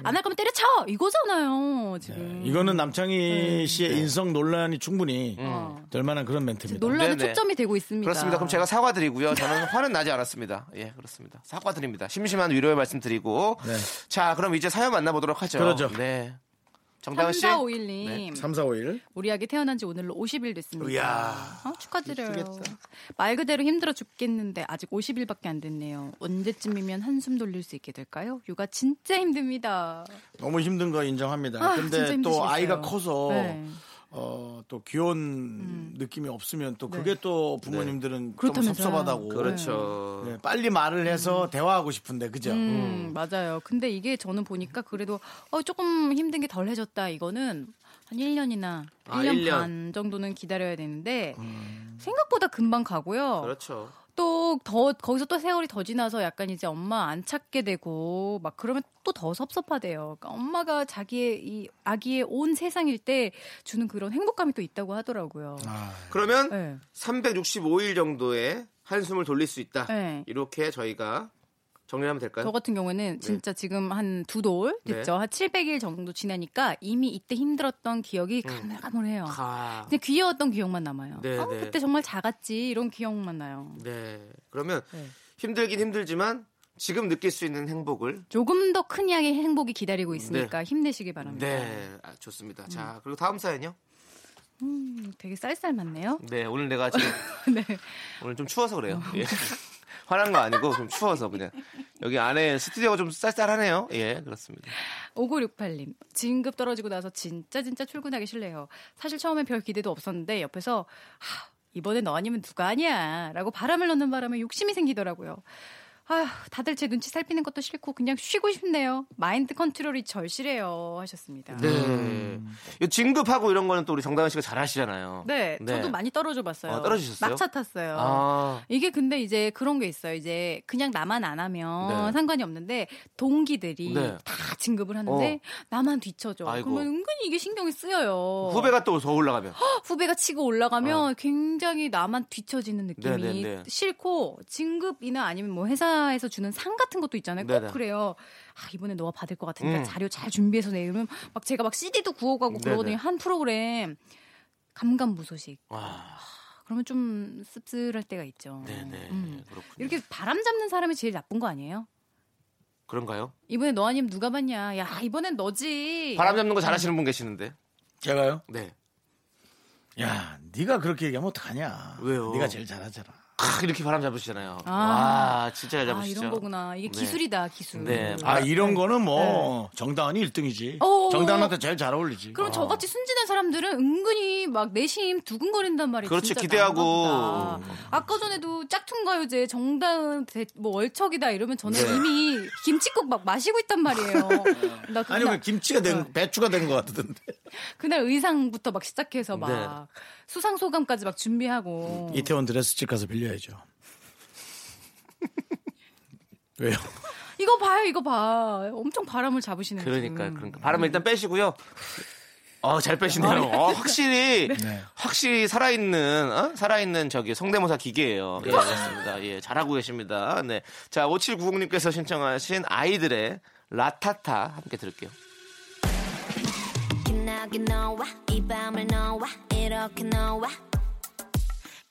[SPEAKER 8] 안 할 거면 때려쳐 이거잖아요 지금
[SPEAKER 1] 이거는
[SPEAKER 8] 네.
[SPEAKER 1] 남창희 씨의 인성 논란이 충분히
[SPEAKER 8] 음. 어.
[SPEAKER 1] 될 만한 그런 멘트입니다.
[SPEAKER 8] 논란에
[SPEAKER 2] 네네.
[SPEAKER 8] 초점이 되고 있습니다.
[SPEAKER 2] 그렇습니다. 그럼 제가 사과드리고요. 저는 화는 나지 않았습니다. 예, 그렇습니다. 사과드립니다. 심심한 위로의 말씀 드리고.
[SPEAKER 1] 네.
[SPEAKER 2] 자, 그럼 이제 사연 만나보도록 하죠.
[SPEAKER 1] 그러죠.
[SPEAKER 2] 네. 정다은 씨.
[SPEAKER 8] 3451님
[SPEAKER 1] 삼 3, 4, 5일.
[SPEAKER 8] 우리 아기 태어난 지 오늘로 50일 됐습니다.
[SPEAKER 1] 이야.
[SPEAKER 8] 어, 축하드려요. 말 그대로 힘들어 죽겠는데 아직 50일밖에 안 됐네요. 언제쯤이면 한숨 돌릴 수 있게 될까요? 육아 진짜 힘듭니다.
[SPEAKER 1] 너무 힘든 거 인정합니다.
[SPEAKER 8] 아, 진짜
[SPEAKER 1] 근데 또
[SPEAKER 8] 힘드시겠어요.
[SPEAKER 1] 아이가 커서
[SPEAKER 8] 네. 음.
[SPEAKER 1] 어, 또 귀여운 느낌이 없으면 또 그게 또 부모님들은 좀
[SPEAKER 8] 네. 그렇다면서요.
[SPEAKER 1] 섭섭하다고.
[SPEAKER 2] 그렇죠.
[SPEAKER 1] 네, 빨리 말을 해서 대화하고 싶은데 그죠?
[SPEAKER 8] 음, 맞아요. 근데 이게 저는 보니까 그래도 어, 조금 힘든 게 덜해졌다. 이거는 한 1년이나
[SPEAKER 2] 아,
[SPEAKER 8] 1년, 음.
[SPEAKER 2] 1년.
[SPEAKER 8] 반 정도는 기다려야 되는데 생각보다 금방 가고요.
[SPEAKER 2] 그렇죠.
[SPEAKER 8] 또 더 거기서 또 세월이 더 지나서 약간 이제 엄마 안 찾게 되고 막 그러면 또 더 섭섭하대요. 그러니까 엄마가 자기의 이 아기의 온 세상일 때 주는 그런 행복감이 또 있다고 하더라고요.
[SPEAKER 1] 아.
[SPEAKER 2] 그러면
[SPEAKER 8] 네.
[SPEAKER 2] 365일 정도의 한숨을 돌릴 수 있다.
[SPEAKER 8] 네.
[SPEAKER 2] 이렇게 저희가 정리하면 될까요?
[SPEAKER 8] 저 같은
[SPEAKER 2] 네.
[SPEAKER 8] 경우에는 진짜 지금 한 두 돌 됐죠. 한 700일 정도 지나니까 이미 이때 힘들었던 기억이 가물가물해요.
[SPEAKER 2] 음. 가.
[SPEAKER 8] 근데 귀여웠던 기억만 남아요.
[SPEAKER 2] 네,
[SPEAKER 8] 아,
[SPEAKER 2] 네.
[SPEAKER 8] 그때 정말 작았지 이런 기억만 나요.
[SPEAKER 2] 네. 그러면
[SPEAKER 8] 네.
[SPEAKER 2] 힘들긴 힘들지만 지금 느낄 수 있는 행복을
[SPEAKER 8] 조금 더 큰 양의 행복이 기다리고 있으니까 힘내시기 바랍니다.
[SPEAKER 2] 네 아, 좋습니다. 자 그리고 다음 사연요.
[SPEAKER 8] 음, 되게 쌀쌀맞네요.
[SPEAKER 2] 네 오늘 내가 지금
[SPEAKER 8] 네.
[SPEAKER 2] 오늘 좀 추워서 그래요. 예. 화난 거 아니고 좀 추워서 그냥 여기 안에 스튜디오가 좀 쌀쌀하네요. 예 그렇습니다.
[SPEAKER 8] 5968님, 진급 떨어지고 나서 진짜 진짜 출근하기 싫네요. 사실 처음엔 별 기대도 없었는데 옆에서 하, 이번에 너 아니면 누가 아니야 라고 바람을 넣는 바람에 욕심이 생기더라고요. 아, 다들 제 눈치 살피는 것도 싫고 그냥 쉬고 싶네요. 마인드 컨트롤이 절실해요 하셨습니다.
[SPEAKER 2] 네. 이 진급하고 이런 거는 또 우리 정다은 씨가 잘 하시잖아요.
[SPEAKER 8] 네, 저도 많이 떨어져 봤어요.
[SPEAKER 2] 아, 떨어지셨어요?
[SPEAKER 8] 낙차 탔어요.
[SPEAKER 2] 아.
[SPEAKER 8] 이게 근데 이제 그런 게 있어요. 이제 그냥 나만 안 하면
[SPEAKER 2] 네.
[SPEAKER 8] 상관이 없는데 동기들이
[SPEAKER 2] 네. 어.
[SPEAKER 8] 다 진급을 하는데 나만 뒤쳐져.
[SPEAKER 2] 아이고.
[SPEAKER 8] 그러면 은근히 이게 신경이 쓰여요.
[SPEAKER 2] 후배가 또 더 올라가면
[SPEAKER 8] 후배가 치고 올라가면 굉장히 나만 뒤쳐지는 느낌이
[SPEAKER 2] 어. 네, 네, 네.
[SPEAKER 8] 싫고 진급이나 아니면 뭐 회사에서 주는 상 같은 것도 있잖아요.
[SPEAKER 2] 네,
[SPEAKER 8] 꼭
[SPEAKER 2] 네.
[SPEAKER 8] 그래요. 아, 이번에 너가 받을 것 같으니까
[SPEAKER 2] 음.
[SPEAKER 8] 자료 잘 준비해서 내면 막 제가 막 CD도 구워가고
[SPEAKER 2] 네,
[SPEAKER 8] 그러거든요.
[SPEAKER 2] 네.
[SPEAKER 8] 한 프로그램 감감무소식. 아,
[SPEAKER 2] 와,
[SPEAKER 8] 그러면 좀 씁쓸할 때가 있죠.
[SPEAKER 2] 네네
[SPEAKER 8] 음.
[SPEAKER 2] 그렇군요.
[SPEAKER 8] 이렇게 바람 잡는 사람이 제일 나쁜 거 아니에요?
[SPEAKER 2] 그런가요?
[SPEAKER 8] 이번에 너 아니면 누가 봤냐? 야 이번엔 너지.
[SPEAKER 2] 바람 잡는 거
[SPEAKER 8] 음.
[SPEAKER 2] 잘하시는 분 계시는데.
[SPEAKER 1] 제가요?
[SPEAKER 2] 네.
[SPEAKER 1] 야, 네가 그렇게 얘기하면 어떡하냐?
[SPEAKER 2] 왜요?
[SPEAKER 1] 네가 제일 잘하잖아.
[SPEAKER 2] 크, 이렇게 바람 잡으시잖아요.
[SPEAKER 8] 아.
[SPEAKER 2] 와 진짜 잘
[SPEAKER 8] 아
[SPEAKER 2] 잡으시죠.
[SPEAKER 8] 이런 거구나. 이게
[SPEAKER 2] 네.
[SPEAKER 8] 기술이다 기술.
[SPEAKER 2] 네.
[SPEAKER 1] 아, 이런 거는 뭐 정다은이 1등이지.
[SPEAKER 8] 네. 어, 어,
[SPEAKER 1] 정다은한테 제일 잘 어울리지.
[SPEAKER 8] 그럼 저같이 순진한 사람들은 은근히 막 내심 두근거린단 말이에요.
[SPEAKER 2] 그렇지,
[SPEAKER 8] 진짜
[SPEAKER 2] 그렇죠. 기대하고.
[SPEAKER 8] 나은가 보다. 아까 전에도 짝퉁가요제 정다은 대- 뭐 월척이다 이러면 저는
[SPEAKER 2] 네.
[SPEAKER 8] 이미 김치국 막 마시고 있단 말이에요. 나 네. 그날,
[SPEAKER 1] 아니 왜 김치가 된 배추가 된 것 같던데.
[SPEAKER 8] 그날 의상부터 막 시작해서 막
[SPEAKER 2] 네. 음, 예.
[SPEAKER 8] 수상 소감까지 막 준비하고.
[SPEAKER 1] 이태원 드레스집 가서 빌려야죠. 왜요?
[SPEAKER 8] 이거 봐요, 이거 봐. 엄청 바람을 잡으시는
[SPEAKER 2] 그러니까
[SPEAKER 8] 분.
[SPEAKER 2] 그러니까 바람을 일단 빼시고요. 어 잘 빼시네요. 어, 확실히
[SPEAKER 1] 네.
[SPEAKER 2] 확실히 살아있는 어? 살아있는 저기 성대모사 기계예요. 예, 그렇습니다. 예 잘하고 계십니다. 네. 자 5790님께서 신청하신 아이들의 라타타 함께 들을게요.
[SPEAKER 6] 기나게 너와 이 밤을 너와 이렇게 너와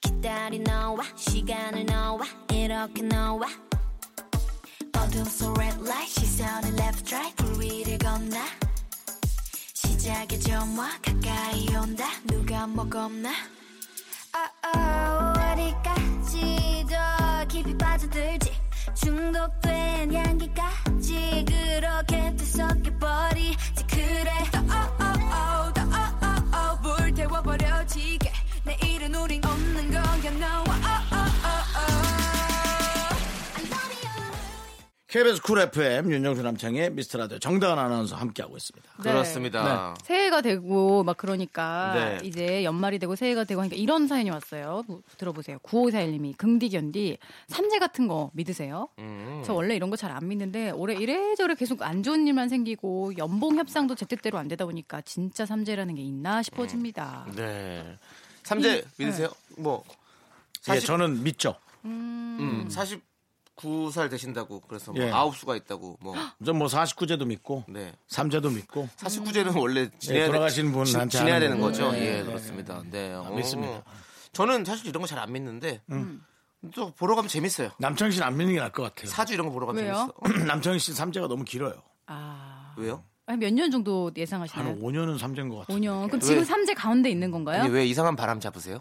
[SPEAKER 6] 기다린 너와 시간을 너와 이렇게 너와 어둠 속 red light 시선을 left right 불 위를 건너 시작의 점화 가까이 온다 누가 먹었나 어디까지 더 깊이 빠져들지 중독된 향기까지 그렇게 뒤섞여버리지 그래 더오오오더 오오오 불태워버려지게 내일은 우린 없는 건가 너와 오오오오 I love you
[SPEAKER 1] KBS 쿨 FM 윤정수 남창의 미스터라디오 정다은 아나운서 함께하고 있습니다.
[SPEAKER 8] 네.
[SPEAKER 2] 그렇습니다.
[SPEAKER 8] 새해가 되고 막 그러니까
[SPEAKER 2] 네.
[SPEAKER 8] 이제 연말이 되고 새해가 되고 하니까 이런 사연이 왔어요. 뭐, 들어보세요. 9541님이 긍디견디 삼재 같은 거 믿으세요?
[SPEAKER 2] 음.
[SPEAKER 8] 저 원래 이런 거 잘 안 믿는데 올해 이래저래 계속 안 좋은 일만 생기고 연봉 협상도 제때대로 안 되다 보니까 진짜 삼재라는 게 있나 싶어집니다.
[SPEAKER 2] 네. 삼재 믿으세요? 뭐
[SPEAKER 1] 예,
[SPEAKER 2] 사실-
[SPEAKER 1] 저는 믿죠.
[SPEAKER 2] 음, 49살 되신다고 그래서 뭐
[SPEAKER 1] 예.
[SPEAKER 2] 아홉 수가 있다고 뭐
[SPEAKER 1] 저뭐 49제도 믿고
[SPEAKER 2] 네.
[SPEAKER 1] 3제도 믿고
[SPEAKER 2] 49제는 원래 지내야,
[SPEAKER 1] 음. 네, 돌아가신 분한테
[SPEAKER 2] 지, 지내야
[SPEAKER 1] 하는
[SPEAKER 2] 되는 거죠.
[SPEAKER 1] 거죠.
[SPEAKER 2] 예,
[SPEAKER 1] 네,
[SPEAKER 2] 그렇습니다. 네. 어.
[SPEAKER 1] 믿습니다. 음.
[SPEAKER 2] 저는 사실 이런 거 잘 안 믿는데 음. 또 보러 가면 재밌어요.
[SPEAKER 1] 남창희 씨는 안 믿는 게 나을 것 같아요.
[SPEAKER 2] 사주 이런 거 보러 가면
[SPEAKER 8] 왜요?
[SPEAKER 2] 재밌어.
[SPEAKER 1] 남창희 씨 삼재가 너무 길어요.
[SPEAKER 8] 아,
[SPEAKER 2] 왜요?
[SPEAKER 8] 몇 년 정도
[SPEAKER 1] 한
[SPEAKER 8] 예상하시나요?
[SPEAKER 1] 5년은 삼재인 것 같아요.
[SPEAKER 8] 5년. 그럼 지금
[SPEAKER 2] 왜?
[SPEAKER 8] 삼재 가운데 있는 건가요?
[SPEAKER 2] 아니, 왜 이상한 바람 잡으세요?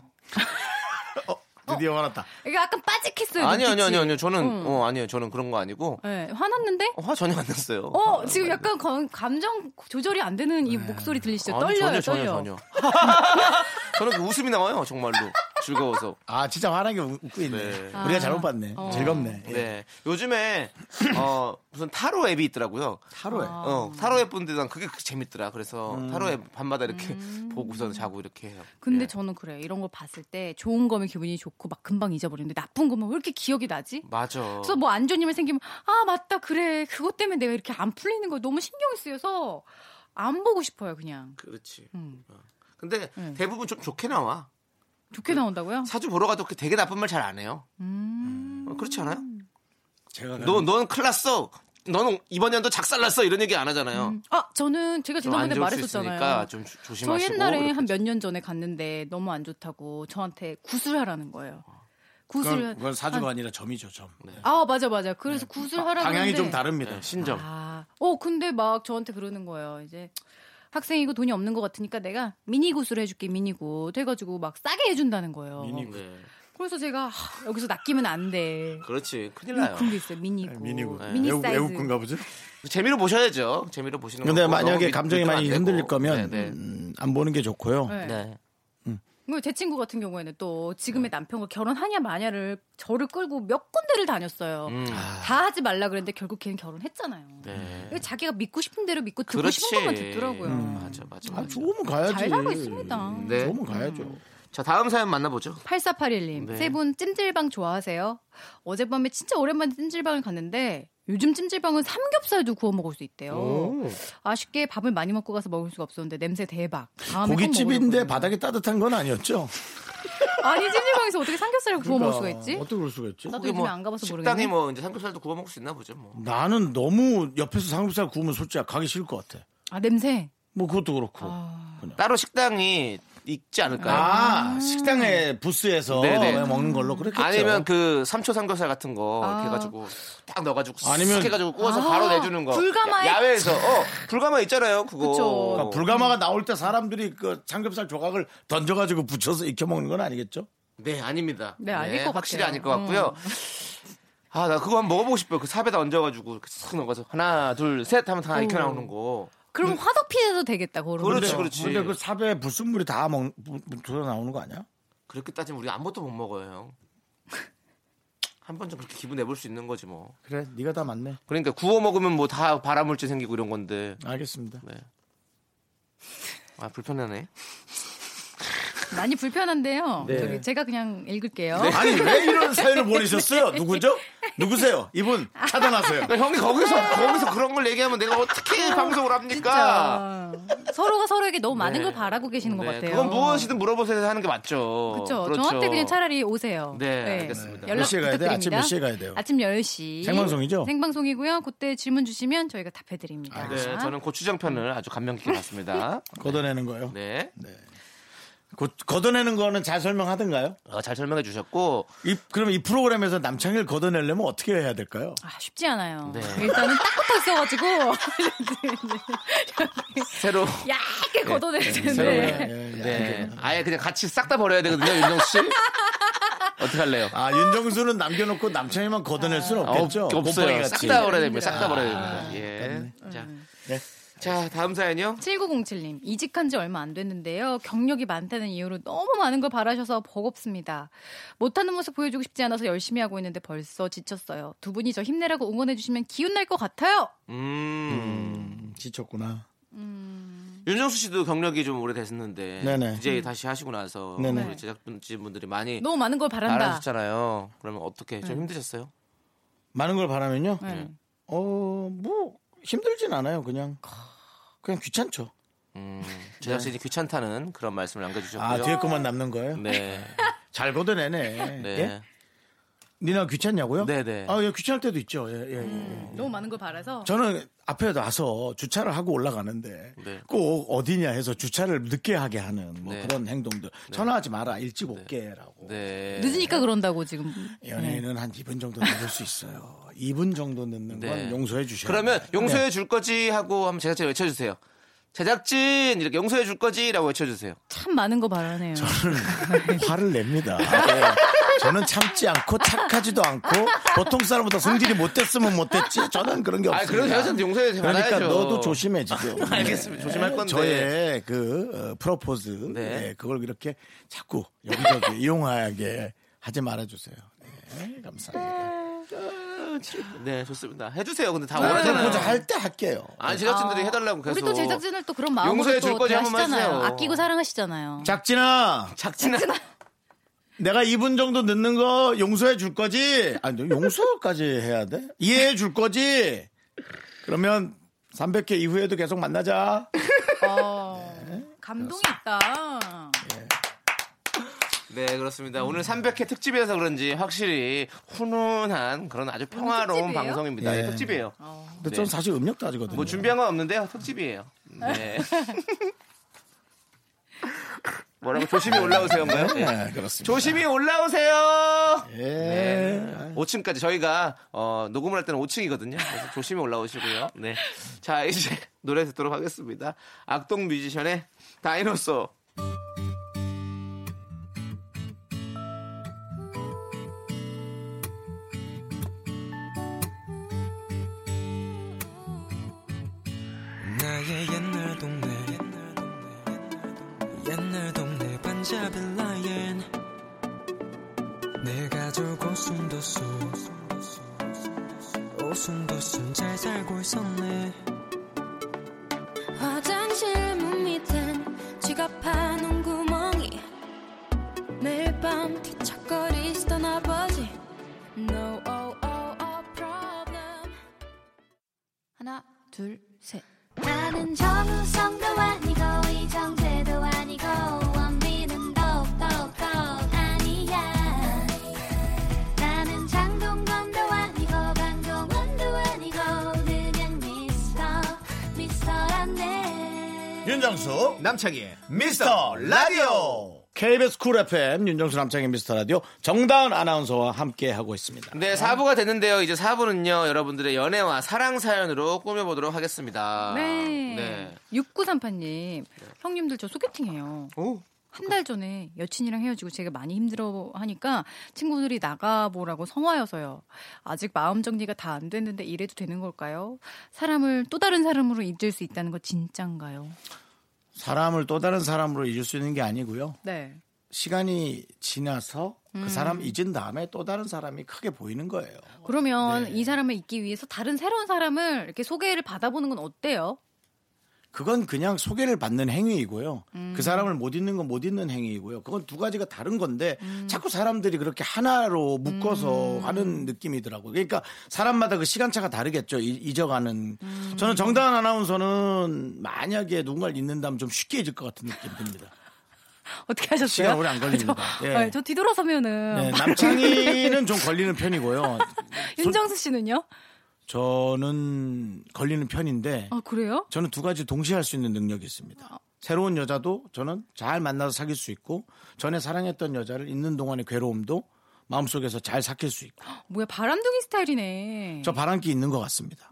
[SPEAKER 1] 드디어 화났다.
[SPEAKER 8] 이게 약간 빠직했어요.
[SPEAKER 2] 아니요, 아니요,
[SPEAKER 8] 네, 눈빛이.
[SPEAKER 2] 아니요, 아니요. 저는
[SPEAKER 8] 음.
[SPEAKER 2] 어, 아니요. 저는 그런 거 아니고
[SPEAKER 8] 네, 화났는데?
[SPEAKER 2] 어, 화 전혀 안 났어요. 아, 네.
[SPEAKER 8] 어, 지금 약간 감- 감정 조절이 안 되는 이 목소리 들리시죠?
[SPEAKER 2] 아니, 전혀,
[SPEAKER 8] 떨려요,
[SPEAKER 2] 전혀,
[SPEAKER 8] 떨려.
[SPEAKER 2] 전혀. 저는 그 웃음이 나와요, 정말로. 즐거워서.
[SPEAKER 1] 아 진짜 화나게 웃- 웃고 있네.
[SPEAKER 2] 네.
[SPEAKER 1] 우리가 잘못 봤네.
[SPEAKER 8] 어.
[SPEAKER 1] 즐겁네. 예.
[SPEAKER 2] 네. 요즘에 어, 무슨 타로 앱이 있더라고요.
[SPEAKER 1] 하루에.
[SPEAKER 8] 아.
[SPEAKER 2] 어, 타로 앱 분들은 그게 그 재밌더라. 그래서
[SPEAKER 1] 음.
[SPEAKER 2] 타로 앱 밤마다 이렇게 보고서 자고 이렇게 해요.
[SPEAKER 8] 음. 근데
[SPEAKER 2] 예.
[SPEAKER 8] 저는 그래요. 이런 거 봤을 때 좋은 거면 기분이 좋고 막 금방 잊어버리는데 나쁜 거면 왜 이렇게 기억이 나지?
[SPEAKER 2] 맞아.
[SPEAKER 8] 그래서 뭐 안 좋은 일만 생기면 아 맞다 그래 그것 때문에 내가 이렇게 안 풀리는 거 너무 신경이 쓰여서 안 보고 싶어요 그냥
[SPEAKER 2] 그렇지.
[SPEAKER 8] 음.
[SPEAKER 2] 어. 근데
[SPEAKER 8] 음.
[SPEAKER 2] 대부분 좀 좋게 나와. 그
[SPEAKER 8] 좋게 나온다고요?
[SPEAKER 2] 사주 보러 가도 그 되게 나쁜 말 잘 안 해요.
[SPEAKER 8] 음.
[SPEAKER 2] 어, 그렇지 않아요?
[SPEAKER 1] 제가
[SPEAKER 2] 너, 넌 큰일 났어. 너는 이번 연도 작살났어. 이런 얘기 안 하잖아요.
[SPEAKER 8] 아 저는 제가
[SPEAKER 2] 좀안
[SPEAKER 8] 지난번에
[SPEAKER 2] 좋을 수 있으니까
[SPEAKER 8] 말했었잖아요.
[SPEAKER 2] 좀 조-
[SPEAKER 8] 저
[SPEAKER 2] 조심하시고.
[SPEAKER 8] 옛날에
[SPEAKER 2] 그렇게. 어.
[SPEAKER 8] 한 몇 년 전에 갔는데 너무 안 좋다고 저한테 구슬하라는 거예요. 구슬
[SPEAKER 1] 그건,
[SPEAKER 2] 뭐
[SPEAKER 1] 그건 사주가 아니라 점이죠 점.
[SPEAKER 2] 네.
[SPEAKER 8] 아 맞아 맞아 그래서 구슬 하라고
[SPEAKER 1] 방향이
[SPEAKER 8] 했는데-
[SPEAKER 1] 좀 다릅니다.
[SPEAKER 2] 예, 신점.
[SPEAKER 8] 아, 어 근데 막 저한테 그러는 거예요. 이제 학생이고 돈이 없는 것 같으니까 내가 미니 구슬 해줄게 미니 굿 해가지고 막 싸게 해준다는 거예요.
[SPEAKER 1] 미니
[SPEAKER 2] 네.
[SPEAKER 8] 그래서 제가 하, 여기서 낚이면 안 돼.
[SPEAKER 2] 그렇지. 큰일 나요.
[SPEAKER 8] 그런 게 있어요 미니 굿.
[SPEAKER 1] 네, 미니 굿.
[SPEAKER 8] 미니
[SPEAKER 1] 외국
[SPEAKER 8] 사이즈.
[SPEAKER 1] 외국 건가 보죠?
[SPEAKER 2] 재미로 보셔야죠. 재미로 보시는
[SPEAKER 1] 근데
[SPEAKER 2] 거고 너무
[SPEAKER 1] 만약에
[SPEAKER 2] 믿-
[SPEAKER 1] 감정이
[SPEAKER 2] 믿으면
[SPEAKER 1] 많이
[SPEAKER 2] 안 되고.
[SPEAKER 1] 흔들릴 거면
[SPEAKER 2] 네, 네.
[SPEAKER 1] 음, 안 보는 게 좋고요.
[SPEAKER 8] 네.
[SPEAKER 2] 네.
[SPEAKER 8] 뭐제 친구 같은 경우에는 또 지금의
[SPEAKER 1] 네.
[SPEAKER 8] 남편과 결혼하냐 마냐를 저를 끌고 몇 군데를 다녔어요. 아.
[SPEAKER 2] 음.
[SPEAKER 8] 다 하지 말라 그랬는데 결국 걔는 결혼했잖아요.
[SPEAKER 2] 네.
[SPEAKER 8] 그러니까 자기가 믿고 싶은 대로 믿고 듣고
[SPEAKER 2] 그렇지.
[SPEAKER 8] 싶은 것만 듣더라고요.
[SPEAKER 2] 음, 맞아, 맞아.
[SPEAKER 1] 아,
[SPEAKER 2] 맞아.
[SPEAKER 1] 좋으면 가야지.
[SPEAKER 8] 잘 살고 있습니다.
[SPEAKER 2] 네.
[SPEAKER 1] 좋으면 가야죠.
[SPEAKER 2] 자, 다음 사연 만나보죠.
[SPEAKER 8] 8481님,
[SPEAKER 2] 네.
[SPEAKER 8] 세 분 찜질방 좋아하세요? 어젯밤에 진짜 오랜만에 찜질방을 갔는데 요즘 찜질방은 삼겹살도 구워 먹을 수
[SPEAKER 1] 어.
[SPEAKER 8] 있대요.
[SPEAKER 2] 음.
[SPEAKER 8] 아쉽게 밥을 많이 먹고 가서 먹을 수가 없었는데 냄새 대박. 다음에 꼭
[SPEAKER 1] 고깃집인데
[SPEAKER 8] 먹으려고요.
[SPEAKER 1] 바닥이 따뜻한 건 아니었죠?
[SPEAKER 8] 아니 찜질방에서 어떻게 삼겹살을 구워 먹을 수가
[SPEAKER 1] 그러니까
[SPEAKER 8] 있지?
[SPEAKER 1] 어떻게 그럴 수가 있지?
[SPEAKER 8] 나도
[SPEAKER 2] 거기
[SPEAKER 8] 요즘에 안 가봐서
[SPEAKER 2] 식당에
[SPEAKER 8] 모르겠네.
[SPEAKER 2] 뭐 이제 삼겹살도 구워 먹을 수 있나 보죠.
[SPEAKER 1] 음.
[SPEAKER 2] 뭐.
[SPEAKER 1] 나는 너무 옆에서 삼겹살 구우면 솔직히 가기 싫을 것 같아.
[SPEAKER 8] 아 냄새.
[SPEAKER 1] 뭐 그것도 그렇고.
[SPEAKER 8] 아.
[SPEAKER 2] 따로 식당이 있지 않을까요?
[SPEAKER 1] 아, 식당의 부스에서
[SPEAKER 2] 네네.
[SPEAKER 1] 먹는 걸로 그렇겠죠.
[SPEAKER 2] 아니면 그 삼초 삼겹살 같은 거 이렇게 해가지고 딱 넣어가지고
[SPEAKER 1] 아니면-
[SPEAKER 2] 쓱 해가지고 구워서
[SPEAKER 8] 아,
[SPEAKER 2] 바로 내주는 거
[SPEAKER 8] 불가마에-
[SPEAKER 2] 야, 외에서 어 불가마 있잖아요 그거
[SPEAKER 8] 그쵸.
[SPEAKER 2] 어.
[SPEAKER 1] 그러니까 불가마가 나올 때 사람들이 그 삼겹살 조각을 던져가지고 붙여서 익혀 먹는 건 아니겠죠?
[SPEAKER 2] 네 아닙니다
[SPEAKER 8] 네, 아닐 것
[SPEAKER 2] 확실히
[SPEAKER 8] 같아요. 음.
[SPEAKER 2] 아닐 것 같고요 아 나 그거 한번 먹어보고 싶어요 그 삽에다 얹어가지고 이렇게 쓱 넣어서 하나 둘 셋 하면 다 익혀 나오는 거
[SPEAKER 8] 그럼 화덕 피해도 되겠다. 그런
[SPEAKER 2] 네. 그렇지,
[SPEAKER 8] 거.
[SPEAKER 2] 그렇지.
[SPEAKER 1] 근데 그 삽에 불순물이 다 먹, 부- 붙어 나오는 거 아니야?
[SPEAKER 2] 그렇게 따지면 우리 아무것도 못 먹어요 형. 한 번 좀 그렇게 기분 내볼 수 있는 거지 뭐
[SPEAKER 1] 그래, 네가 다 맞네.
[SPEAKER 2] 그러니까 구워 먹으면 뭐 다 발암물질 생기고 이런 건데
[SPEAKER 1] 알겠습니다.
[SPEAKER 2] 네. 아 불편하네
[SPEAKER 8] 많이 불편한데요.
[SPEAKER 2] 네.
[SPEAKER 8] 저기 제가 그냥 읽을게요.
[SPEAKER 1] 아니 왜 이런 사연을 보내셨어요? 누구죠? 누구세요? 이분 차단하세요.
[SPEAKER 2] 그러니까 형이 거기서 거기서 그런 걸 얘기하면 내가 어떻게 방송을 합니까?
[SPEAKER 8] 아. 진짜 서로가 서로에게 너무 많은 걸 바라고 계시는 것
[SPEAKER 2] 네,
[SPEAKER 8] 같아요.
[SPEAKER 2] 그건 무엇이든 물어보세요 하는 게 맞죠.
[SPEAKER 8] 그렇죠. 저한테 그냥 차라리 오세요.
[SPEAKER 2] 네, 알겠습니다. 네.
[SPEAKER 8] 연락
[SPEAKER 1] 몇 시에 가야 돼요?
[SPEAKER 8] 부탁드립니다.
[SPEAKER 1] 아침 몇 시에 가야 돼요?
[SPEAKER 8] 아침 10시.
[SPEAKER 1] 생방송이죠?
[SPEAKER 8] 생방송이고요. 그때 질문 주시면 저희가 답해 드립니다.
[SPEAKER 2] 네, 저는 고추장 편을 아주 감명 깊게 봤습니다.
[SPEAKER 1] 걷어내는 거요.
[SPEAKER 2] 네,
[SPEAKER 1] 곧 걷어내는 거는 잘 설명하던가요?
[SPEAKER 2] 어, 잘 설명해 주셨고
[SPEAKER 1] 이, 그럼 이 프로그램에서 남창일 걷어내려면 어떻게 해야 될까요?
[SPEAKER 8] 아, 쉽지 않아요.
[SPEAKER 2] 네.
[SPEAKER 8] 일단은 딱 붙어 있어 가지고
[SPEAKER 2] 새로
[SPEAKER 8] 얇게 걷어내야 되는데.
[SPEAKER 1] 새로운, 예, 예.
[SPEAKER 2] 네, 아예 그냥 같이 싹 다 버려야 되거든요, 윤정수 씨. 어떻게 할래요?
[SPEAKER 1] 아 윤정수는 남겨놓고 남창일만 걷어낼 수는
[SPEAKER 2] 아, 없-
[SPEAKER 1] 없겠죠.
[SPEAKER 2] 없어요.
[SPEAKER 1] 곰팡이
[SPEAKER 2] 싹
[SPEAKER 1] 같이.
[SPEAKER 2] 다 버려야 아, 됩니다. 싹 다 버려야 됩니다. 예. 자, 네. 자 다음 사연이요.
[SPEAKER 8] 7907님, 이직한 지 얼마 안 됐는데요. 경력이 많다는 이유로 너무 많은 걸 바라셔서 버겁습니다. 못하는 모습 보여주고 싶지 않아서 열심히 하고 있는데 벌써 지쳤어요. 두 분이 저 힘내라고 응원해주시면 기운날 것 같아요!
[SPEAKER 2] 음.
[SPEAKER 1] 지쳤구나.
[SPEAKER 2] 윤정수 씨도 경력이 좀 오래됐었는데
[SPEAKER 1] 네네.
[SPEAKER 2] 이제 다시 하시고 나서
[SPEAKER 1] 네네.
[SPEAKER 2] 우리 제작진분들이 많이
[SPEAKER 8] 너무 많은 걸 바란다.
[SPEAKER 2] 알아주셨잖아요. 그러면 어떻게 좀 힘드셨어요?
[SPEAKER 1] 많은 걸 바라면요.
[SPEAKER 8] 네.
[SPEAKER 1] 어 뭐 힘들진 않아요. 그냥 그냥 귀찮죠.
[SPEAKER 2] 음,
[SPEAKER 8] 네.
[SPEAKER 2] 제작진이 귀찮다는 그런 말씀을 남겨주셨고요.
[SPEAKER 1] 아 뒤에 것만 남는 거예요?
[SPEAKER 2] 네,
[SPEAKER 1] 잘 걷어내네.
[SPEAKER 2] 네,
[SPEAKER 1] 예? 니나 귀찮냐고요?
[SPEAKER 2] 네네. 음.
[SPEAKER 1] 아, 예, 귀찮을 때도 있죠. 예, 예, 예.
[SPEAKER 8] 너무 많은 걸 바라서.
[SPEAKER 1] 저는 앞에 나서 주차를 하고 올라가는데
[SPEAKER 2] 네.
[SPEAKER 1] 꼭 어디냐 해서 주차를 늦게 하게 하는 뭐
[SPEAKER 2] 네.
[SPEAKER 1] 그런 행동들. 전화하지 마라. 일찍 올게라고.
[SPEAKER 2] 네.
[SPEAKER 8] 늦으니까 그런다고 지금.
[SPEAKER 1] 연예인은 한 2분 정도 늦을 수 있어요. 2분 정도 늦는 건
[SPEAKER 2] 네.
[SPEAKER 1] 용서해 주셔야
[SPEAKER 2] 그러면
[SPEAKER 1] 돼요.
[SPEAKER 2] 용서해
[SPEAKER 1] 네.
[SPEAKER 2] 줄 거지 하고 한번 제작진 외쳐주세요. 제작진 이렇게 용서해 줄 거지라고 외쳐주세요.
[SPEAKER 8] 참 많은 거 바라네요.
[SPEAKER 1] 화를 냅니다. 네. 저는 참지 않고 착하지도 않고 보통 사람보다 성질이 못됐으면 못됐지. 저는 그런 게
[SPEAKER 2] 아
[SPEAKER 1] 없습니다.
[SPEAKER 2] 그런 제작진 용서해 받아야죠.
[SPEAKER 1] 그러니까 너도 조심해 지금. 네.
[SPEAKER 2] 알겠습니다. 조심할 건데.
[SPEAKER 1] 저의 그 어, 프로포즈
[SPEAKER 2] 네.
[SPEAKER 1] 네, 그걸 이렇게 자꾸 여기저기 이용하게 하지 말아주세요. 네, 감사합니다.
[SPEAKER 2] 네, 좋습니다. 해주세요. 근데 다
[SPEAKER 1] 그냥 보자
[SPEAKER 2] 원하잖아요.
[SPEAKER 1] 할 때 할게요.
[SPEAKER 2] 아니 제작진들이 해달라고 계속.
[SPEAKER 8] 네. 우리 또 제작진을 또 그런 마음으로
[SPEAKER 2] 용서해 줄
[SPEAKER 8] 또
[SPEAKER 2] 거지 한 번만
[SPEAKER 8] 대하시잖아요.
[SPEAKER 2] 해주세요.
[SPEAKER 8] 아끼고 사랑하시잖아요.
[SPEAKER 1] 작진아,
[SPEAKER 2] 작진아.
[SPEAKER 1] 내가 2분 정도 늦는 거 용서해 줄 거지? 아니, 너 용서까지 해야 돼? 이해해 줄 거지? 그러면 300회 이후에도 계속 만나자.
[SPEAKER 8] 어, 감동이 있다.
[SPEAKER 2] 네 그렇습니다. 오늘 300회 특집이라서 그런지 확실히 훈훈한 그런 아주 평화로운
[SPEAKER 8] 특집이에요? 어.
[SPEAKER 2] 방송입니다.
[SPEAKER 1] 예.
[SPEAKER 2] 예, 특집이에요.
[SPEAKER 1] 근데
[SPEAKER 2] 네.
[SPEAKER 1] 저는 사실 음력 따지거든요.
[SPEAKER 2] 네. 뭐 준비한 건 없는데요. 특집이에요. 네. 뭐라고 조심히 올라오세요인가요?
[SPEAKER 1] 네, 그렇습니다.
[SPEAKER 2] 조심히 올라오세요.
[SPEAKER 1] 예. 네.
[SPEAKER 2] 5층까지 저희가 어, 녹음을 할 때는 5층이거든요. 그래서 조심히 올라오시고요. 네. 자 이제 노래 듣도록 하겠습니다. 악동 뮤지션의 다이노소.
[SPEAKER 3] 나의 옛날 동네 옛날 동네 반자빌 라인 내 가족 오순도순 오순도순 잘 살고 있었네
[SPEAKER 4] 화장실 문 밑엔 지갑 한 웅구멍이 매일 밤 뒤척거리시던 아버지 No oh oh oh problem 하나 둘셋 나는 정우성도 아니고 이정재도 아니고 원빈은 더욱더 아니야 나는 장동건도 아니고 강동원도 아니고 그냥 미스터 미스터란데
[SPEAKER 1] 윤정수 남창희의 미스터 라디오 KBS 쿨 FM 윤정수 남창희 미스터 라디오 정다은 아나운서와 함께 하고 있습니다.
[SPEAKER 2] 네, 4부가 됐는데요. 이제 4부는요, 여러분들의 연애와 사랑 사연으로 꾸며보도록
[SPEAKER 1] 아,
[SPEAKER 2] 하겠습니다.
[SPEAKER 8] 네.
[SPEAKER 2] 네.
[SPEAKER 8] 6938님, 형님들 저 소개팅해요.
[SPEAKER 2] 오.
[SPEAKER 8] 한 달 전에 여친이랑 헤어지고 제가 많이 힘들어 하니까 친구들이 나가보라고 성화여서요. 아직 마음 정리가 다 안 됐는데 이래도 되는 걸까요? 사람을 또 다른 사람으로 잊을 수 있다는 거 진짠가요?
[SPEAKER 1] 사람을 또 다른 사람으로 잊을 수 있는 게 아니고요.
[SPEAKER 8] 네.
[SPEAKER 1] 시간이 지나서
[SPEAKER 2] 음.
[SPEAKER 1] 그 사람 잊은 다음에 또 다른 사람이 크게 보이는 거예요. 네.
[SPEAKER 8] 그러면 이 사람을 잊기 위해서 다른 새로운 사람을 이렇게 소개를 받아보는 건 어때요?
[SPEAKER 1] 그건 그냥 소개를 받는 행위이고요. 그 사람을 못 잊는 건 못 잊는 행위이고요. 그건 두 가지가 다른 건데 자꾸 사람들이 그렇게 하나로 묶어서 하는 느낌이더라고요. 그러니까 사람마다 그 시간차가 다르겠죠. 이- 잊어가는. 저는 정다은 아나운서는 만약에 누군가를 잊는다면 좀 쉽게 잊을 것 같은 느낌 듭니다.
[SPEAKER 8] 어떻게 하셨어요?
[SPEAKER 1] 시간 오래 안 걸립니다.
[SPEAKER 8] 저,
[SPEAKER 1] 예.
[SPEAKER 8] 아니, 저 뒤돌아서면은
[SPEAKER 1] 네, 남창희는 좀 걸리는 편이고요.
[SPEAKER 8] 윤정수 씨는요?
[SPEAKER 1] 저는 걸리는 편인데
[SPEAKER 8] 아 그래요?
[SPEAKER 1] 저는 두 가지 동시에 할 수 있는 능력이
[SPEAKER 8] 어.
[SPEAKER 1] 있습니다. 새로운 여자도 저는 잘 만나서 사귈 수 있고 전에 사랑했던 여자를 있는 동안의 괴로움도 마음속에서 잘 삭힐 수 있고
[SPEAKER 8] 뭐야 바람둥이 스타일이네.
[SPEAKER 1] 저 바람기 있는 것 같습니다.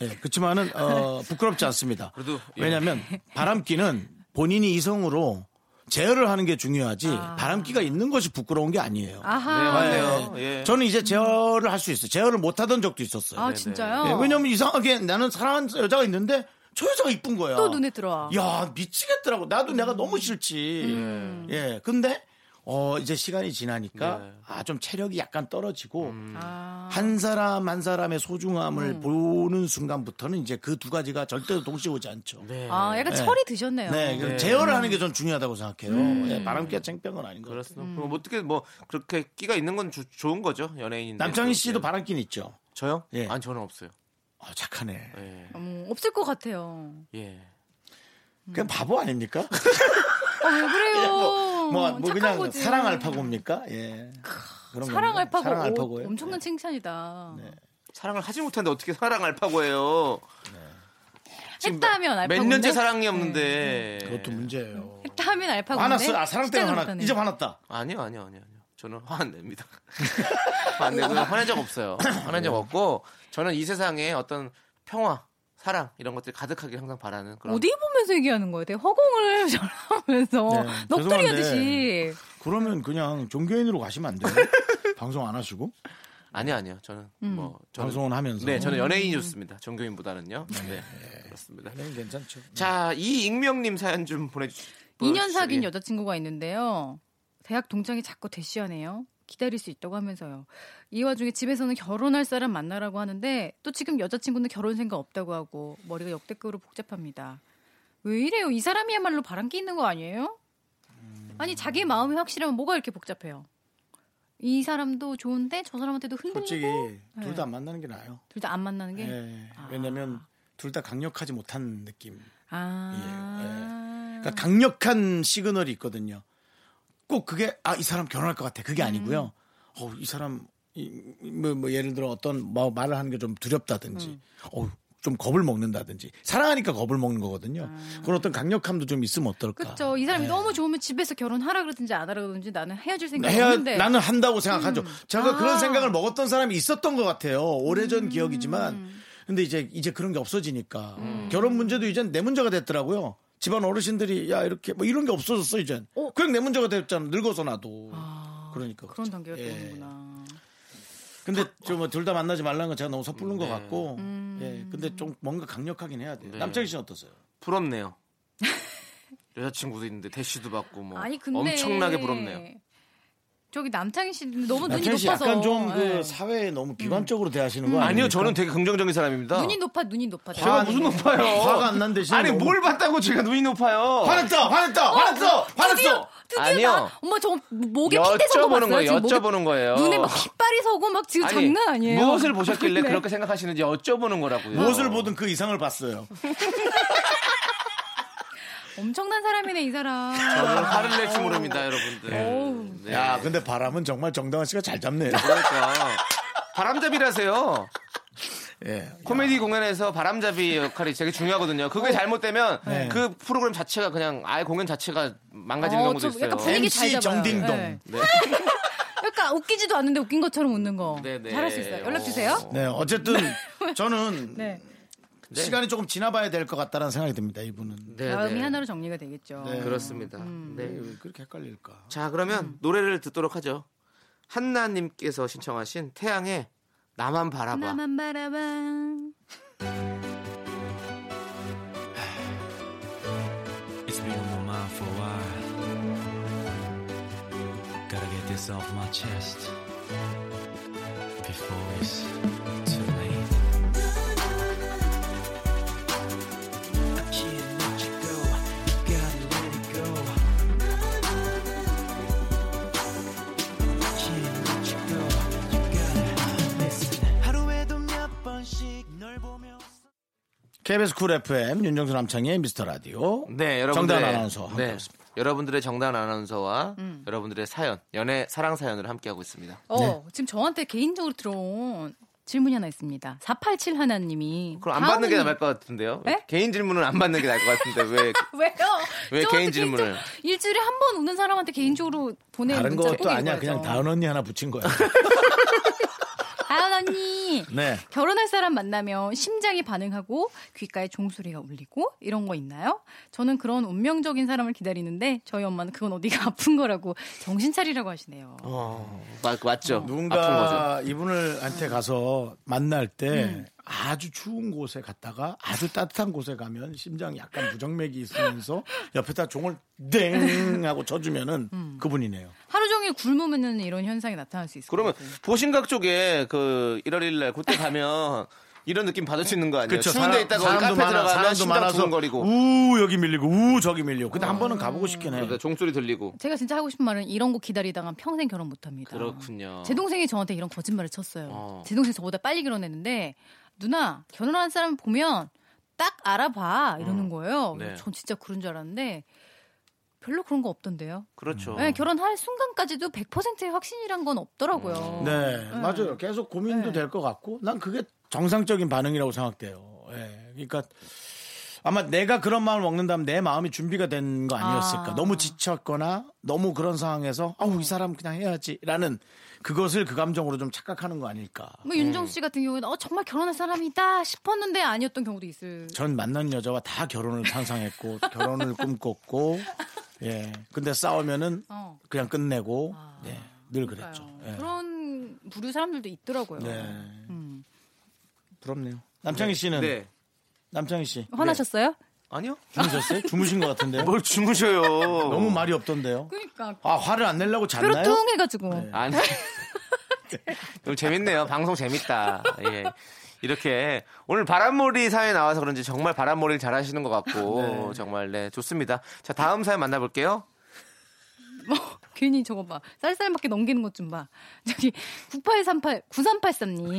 [SPEAKER 1] 예, 그렇지만은 어, 부끄럽지 않습니다.
[SPEAKER 2] 그래도, 예.
[SPEAKER 1] 왜냐하면 바람기는 본인이 이성으로 제어를 하는 게 중요하지 바람기가 있는 것이 부끄러운 게 아니에요.
[SPEAKER 2] 네,
[SPEAKER 8] 아. 아하.
[SPEAKER 2] 맞네요. 예.
[SPEAKER 1] 저는 이제 제어를 할 수 있어요. 제어를 못 하던 적도 있었어요.
[SPEAKER 8] 아 진짜요?
[SPEAKER 1] 예, 왜냐면 이상하게 나는 사랑하는 여자가 있는데 저 여자가 이쁜 거야.
[SPEAKER 8] 또 눈에 들어와.
[SPEAKER 1] 야 미치겠더라고. 나도
[SPEAKER 8] 음.
[SPEAKER 1] 내가 너무 싫지. 예. 근데 어 이제 시간이 지나니까 아 좀 체력이 약간 떨어지고
[SPEAKER 8] 네. 아, 음.
[SPEAKER 1] 한 사람 한 사람의 소중함을 보는 순간부터는 이제 그 두 가지가 절대로 동시에 오지 않죠. 네.
[SPEAKER 8] 아, 약간 철이 드셨네요. 음.
[SPEAKER 1] 그래서 제어를 하는 게 전 중요하다고 생각해요. 예, 바람기가 쟁병은 아닌 것 같아요.
[SPEAKER 2] 그렇습니다. 그럼 어떻게 뭐 그렇게 끼가 있는 건 조- 좋은 거죠 연예인인데.
[SPEAKER 1] 남창희
[SPEAKER 2] 또,
[SPEAKER 1] 씨도
[SPEAKER 8] 그렇죠.
[SPEAKER 2] 예.
[SPEAKER 1] 바람기는 있죠.
[SPEAKER 2] 저요?
[SPEAKER 1] 예.
[SPEAKER 2] 아니 저는 없어요.
[SPEAKER 1] 아, 착하네.
[SPEAKER 2] 예.
[SPEAKER 8] 어머, 음, 없을 것 같아요.
[SPEAKER 2] 예.
[SPEAKER 8] 음.
[SPEAKER 1] 그냥 바보 아닙니까?
[SPEAKER 8] 아, 왜 그래요?
[SPEAKER 1] 뭐, 뭐, 뭐
[SPEAKER 8] 착한
[SPEAKER 1] 그냥
[SPEAKER 8] 거지.
[SPEAKER 1] 사랑 알파고입니까? 예. 그런
[SPEAKER 8] 사랑
[SPEAKER 1] 겁니다.
[SPEAKER 8] 알파고.
[SPEAKER 1] 사랑
[SPEAKER 8] 오,
[SPEAKER 1] 알파고예요. 네.
[SPEAKER 8] 엄청난 칭찬이다.
[SPEAKER 2] 사랑을 하지 못하는데 어떻게 사랑 알파고예요?
[SPEAKER 8] 했다면 알파고. 네.
[SPEAKER 2] 몇 년째 사랑이 없는데.
[SPEAKER 1] 예. 그것도 문제예요.
[SPEAKER 8] 했다면 알파고.
[SPEAKER 1] 화났어요. 아, 사랑 때문에 화났. 이제 화났다.
[SPEAKER 2] 아니요, 아니요, 아니요, 아니요. 저는 화 안 냅니다. 화 안 내고요. 화낸 적 없어요. 화낸 적 없고 저는 이 세상에 어떤 평화, 사랑 이런 것들이 가득하길 항상 바라는 그런.
[SPEAKER 8] 어디 보면서 얘기하는 거예요? 되게 허공을 전하면서
[SPEAKER 1] 네,
[SPEAKER 8] 넋두리
[SPEAKER 1] 죄송한데.
[SPEAKER 8] 하듯이.
[SPEAKER 1] 그러면 그냥 종교인으로 가시면 안 돼요? 방송 안 하시고
[SPEAKER 2] 아니요, 아니요. 저는
[SPEAKER 8] 음.
[SPEAKER 2] 뭐 저는
[SPEAKER 1] 방송은 하면서.
[SPEAKER 2] 네, 저는 연예인이 좋습니다. 종교인보다는요. 네, 그렇습니다.
[SPEAKER 1] 네, 괜찮죠.
[SPEAKER 2] 자, 이 익명님 사연 좀 보내주세요.
[SPEAKER 8] 2년 사귄 여자친구가 있는데요. 대학 동창이 자꾸 대시하네요. 기다릴 수 있다고 하면서요. 이 와중에 집에서는 결혼할 사람 만나라고 하는데 또 지금 여자친구는 결혼 생각 없다고 하고 머리가 역대급으로 복잡합니다. 왜 이래요? 이 사람이야말로 바람기 있는 거 아니에요? 아니 자기 마음이 확실하면 뭐가 이렇게 복잡해요? 이 사람도 좋은데 저 사람한테도
[SPEAKER 1] 솔직히
[SPEAKER 8] 흔들리고
[SPEAKER 1] 둘 다 안 만나는 게 나아요.
[SPEAKER 8] 둘 다 안 만나는 게
[SPEAKER 1] 예, 왜냐면 둘 다 강력하지 못한 느낌.
[SPEAKER 8] 아.
[SPEAKER 1] 그러니까 강력한 시그널이 있거든요. 꼭 그게 아 이 사람 결혼할 것 같아
[SPEAKER 8] 음.
[SPEAKER 1] 그게 아니고요.
[SPEAKER 8] 음.
[SPEAKER 1] 어 이 사람 이, 뭐, 뭐 예를 들어 어떤 뭐 말을 하는 게 좀 두렵다든지. 어 좀 겁을 먹는다든지 사랑하니까 겁을 먹는 거거든요. 그런 어떤 강력함도 좀 있으면 어떨까?
[SPEAKER 8] 아. 그렇죠. 이
[SPEAKER 1] 아,
[SPEAKER 8] 사람이
[SPEAKER 1] 예.
[SPEAKER 8] 너무 좋으면 집에서 결혼하라 그러든지 안 하라 그러든지 나는 헤어질 생각이
[SPEAKER 1] 해야
[SPEAKER 8] 네. 없는데.
[SPEAKER 1] 나는 한다고 생각하죠. 제가
[SPEAKER 8] 아. 음.
[SPEAKER 1] 그런 생각을 먹었던 사람이 있었던 것 같아요. 오래전 기억이지만 근데 이제 이제 그런 게 없어지니까
[SPEAKER 8] 음.
[SPEAKER 1] 결혼 문제도 이젠 내 문제가 됐더라고요. 집안 어르신들이 야 이렇게 뭐 이런 게 없어졌어 이젠.
[SPEAKER 8] 어? 아.
[SPEAKER 1] 그냥 내 문제가 됐잖아. 늙어서 나도. 그러니까
[SPEAKER 8] 그런 단계가 또
[SPEAKER 1] 예.
[SPEAKER 8] 오는구나.
[SPEAKER 1] 근데
[SPEAKER 8] 그
[SPEAKER 1] 좀둘다 만나지 말라는 건 제가 너무 섣부른
[SPEAKER 8] 네.
[SPEAKER 1] 것 같고.
[SPEAKER 8] 음.
[SPEAKER 1] 예. 근데 좀 뭔가 강력하긴 해야 돼요. 남창희 씨는 어떠세요?
[SPEAKER 2] 부럽네요. 여자친구도 있는데 대시도 받고 뭐
[SPEAKER 8] 아니 근데
[SPEAKER 2] 엄청나게 부럽네요.
[SPEAKER 8] 저기 남창희 씨 너무 눈이
[SPEAKER 1] 남창희 씨
[SPEAKER 8] 높아서
[SPEAKER 1] 약간 좀 그
[SPEAKER 8] 예. 음.
[SPEAKER 1] 사회에 너무 비관적으로 대하시는 거 아니에요?
[SPEAKER 2] 아니요, 저는 되게 긍정적인 사람입니다.
[SPEAKER 8] 눈이 높아 눈이 높아.
[SPEAKER 2] 제가 무슨 높아요?
[SPEAKER 1] 화가 안 난 대신
[SPEAKER 2] 아니
[SPEAKER 1] 너무-
[SPEAKER 2] 뭘 봤다고 제가 눈이 높아요?
[SPEAKER 1] 화냈다, 화냈다, 화냈어, 화냈어.
[SPEAKER 8] 드디어
[SPEAKER 2] 아니요.
[SPEAKER 8] 나 엄마 저 목에 핏대 서고 뭐
[SPEAKER 2] 여쭤보는
[SPEAKER 8] 봤어요.
[SPEAKER 2] 거예요.
[SPEAKER 8] 지금 목에
[SPEAKER 2] 여쭤보는 거예요.
[SPEAKER 8] 눈에 막 핏발이 서고 막 지금 장난 아니에요.
[SPEAKER 2] 무엇을 보셨길래
[SPEAKER 8] 네.
[SPEAKER 2] 그렇게 생각하시는지 여쭤보는 거라고요.
[SPEAKER 1] 무엇을 보든 그 이상을 봤어요.
[SPEAKER 8] 엄청난 사람이네 이 사람.
[SPEAKER 2] 저는 화를 낼지 모릅니다, 여러분들. 네.
[SPEAKER 1] 야, 근데 바람은 정말 정다은 씨가 잘 잡네요.
[SPEAKER 2] 그러니까 바람잡이라세요.
[SPEAKER 1] 예.
[SPEAKER 2] 코미디 공연에서 바람잡이 역할이 되게 중요하거든요.
[SPEAKER 8] 어.
[SPEAKER 2] 그게 잘못되면
[SPEAKER 1] 네.
[SPEAKER 2] 그 프로그램 자체가 그냥 아예 공연 자체가 망가지는
[SPEAKER 8] 어,
[SPEAKER 2] 경우도
[SPEAKER 8] 좀
[SPEAKER 2] 있어요.
[SPEAKER 8] 약간 분위기 잘
[SPEAKER 1] MC
[SPEAKER 8] 잡아요.
[SPEAKER 1] 정딩동.
[SPEAKER 8] 네.
[SPEAKER 1] 네.
[SPEAKER 8] 약간 웃기지도 않은데 웃긴 것처럼 웃는 거.
[SPEAKER 2] 네, 네.
[SPEAKER 8] 잘할 수 있어요. 연락 주세요.
[SPEAKER 2] 어.
[SPEAKER 1] 네, 어쨌든 저는
[SPEAKER 8] 네.
[SPEAKER 1] 시간이 조금 지나봐야 될 것 같다는 생각이 듭니다. 이분은
[SPEAKER 2] 네,
[SPEAKER 8] 마음이
[SPEAKER 2] 네.
[SPEAKER 8] 하나로 음. 정리가 되겠죠.
[SPEAKER 2] 그렇습니다. 네.
[SPEAKER 1] 왜 그렇게 헷갈릴까?
[SPEAKER 2] 자, 그러면
[SPEAKER 8] 음.
[SPEAKER 2] 노래를 듣도록 하죠. 한나님께서 신청하신 태양의 나만 바라봐.
[SPEAKER 8] 나만 바라봐.
[SPEAKER 3] It's been on my mind for a while. Gotta get this off my chest before it's too late. I can't let you go. You gotta let it go. I can't let you go. You gotta listen. 하루에도 몇 번씩 널 보며.
[SPEAKER 1] KBS 쿨 FM 윤정수 남창의 미스터 라디오.
[SPEAKER 2] 네, 여러분들의
[SPEAKER 1] 정다은 아나운서 함께
[SPEAKER 2] 네,
[SPEAKER 1] 했습니다.
[SPEAKER 2] 여러분들의 정단 아나운서와
[SPEAKER 8] 음.
[SPEAKER 2] 여러분들의 사연, 연애 사랑 사연을 함께 하고 있습니다.
[SPEAKER 8] 어, 지금 저한테 개인적으로 들어온 질문이 하나 있습니다. 487 하나님이.
[SPEAKER 2] 그럼 안 받는 게
[SPEAKER 8] 다음은-
[SPEAKER 2] 나을 것 같은데요?
[SPEAKER 8] 네?
[SPEAKER 2] 개인 질문은 안 받는 게 나을 것 같은데 왜?
[SPEAKER 8] 왜요?
[SPEAKER 2] 왜
[SPEAKER 8] 저한테
[SPEAKER 2] 개인 질문을?
[SPEAKER 8] 개인적으로 일주일에 한 번 우는 사람한테 개인적으로 보내는
[SPEAKER 1] 다른
[SPEAKER 8] 네, 문자
[SPEAKER 1] 것도 아니야. 그냥 다은 언니 하나 붙인 거야.
[SPEAKER 8] 다은 언니.
[SPEAKER 1] 네.
[SPEAKER 8] 결혼할 사람 만나면 심장이 반응하고 귓가에 종소리가 울리고 이런 거 있나요? 저는 그런 운명적인 사람을 기다리는데 저희 엄마는 그건 어디가 아픈 거라고 정신 차리라고 하시네요.
[SPEAKER 2] 어. 맞, 맞죠. 아픈 거죠. 음.
[SPEAKER 1] 누군가 이분을 한테 가서 만날 때 아주 추운 곳에 갔다가 아주 따뜻한 곳에 가면 심장 약간 부정맥이 있으면서 옆에다 종을 땡 하고 쳐주면은 그분이네요.
[SPEAKER 8] 하루 종일 굶으면 이런 현상이 나타날 수 있을
[SPEAKER 2] 그러면
[SPEAKER 8] 것 같아요.
[SPEAKER 2] 보신각 쪽에 그 1월 1일 날 그때 가면 이런 느낌 받을 수 있는 거 아니에요?
[SPEAKER 1] 그쵸,
[SPEAKER 2] 추운데
[SPEAKER 1] 사람-
[SPEAKER 2] 있다가 어디 카페 들어가면 심장 두근거리고
[SPEAKER 1] 우 여기 밀리고 우 저기 밀리고 근데 한 번은 가보고 싶긴 해.
[SPEAKER 2] 그러니까 종소리 들리고
[SPEAKER 8] 제가 진짜 하고 싶은 말은 이런 거 기다리다가 평생 결혼 못합니다.
[SPEAKER 2] 그렇군요.
[SPEAKER 8] 제 동생이 저한테 이런 거짓말을 쳤어요.
[SPEAKER 2] 어.
[SPEAKER 8] 제 동생이 저보다 빨리 결혼했는데 누나 결혼하는 사람 보면 딱 알아봐 이러는 거예요.
[SPEAKER 2] 네.
[SPEAKER 8] 전 진짜 그런 줄 알았는데 별로 그런 거 없던데요.
[SPEAKER 2] 그렇죠.
[SPEAKER 8] 네, 결혼할 순간까지도 100%의 확신이란 건 없더라고요.
[SPEAKER 1] 네, 맞아요. 계속
[SPEAKER 8] 네.
[SPEAKER 1] 고민도 될 것 같고, 난 그게 정상적인 반응이라고 생각돼요. 예. 그러니까 아마 내가 그런 마음을 먹는다면 내 마음이 준비가 된 거 아니었을까.
[SPEAKER 8] 아.
[SPEAKER 1] 너무 지쳤거나 너무 그런 상황에서 아우 이 사람 그냥 해야지라는 그것을 그 감정으로 좀 착각하는 거 아닐까.
[SPEAKER 8] 뭐 윤정수 씨 같은 경우에는 어, 정말 결혼할 사람이다 싶었는데 아니었던 경우도 있을.
[SPEAKER 1] 전 만난 여자와 다 결혼을 상상했고 결혼을 꿈꿨고, 예. 근데 싸우면은
[SPEAKER 8] 어. 아.
[SPEAKER 1] 그냥 끝내고, 예. 늘 그랬죠.
[SPEAKER 8] 그러니까요.
[SPEAKER 1] 예.
[SPEAKER 8] 그런 부류 사람들도 있더라고요.
[SPEAKER 1] 네.
[SPEAKER 8] 음.
[SPEAKER 1] 부럽네요. 남창희 씨는
[SPEAKER 2] 네.
[SPEAKER 1] 남창희 씨.
[SPEAKER 8] 화나셨어요?
[SPEAKER 2] 아니요.
[SPEAKER 1] 네, 주무셨어요? 주무신 것 같은데요?
[SPEAKER 2] 뭘 주무셔요.
[SPEAKER 1] 너무 뭐- 말이 없던데요?
[SPEAKER 8] 그러니까
[SPEAKER 1] 뭐, 아, 화를 안 내려고 잤나요?
[SPEAKER 8] 뾰루퉁해가지고.
[SPEAKER 1] 네.
[SPEAKER 2] 아니. 너무 재밌네요. 방송 재밌다. 예. 이렇게 오늘 바람몰이 사연에 나와서 그런지 정말 바람몰이를 잘 하시는 네, 것 같고 정말 네 좋습니다. 자 다음 사연 만나볼게요.
[SPEAKER 8] 괜히 저거 봐. 쌀쌀맞게 넘기는 것 좀 봐. 저기 9838 9383님.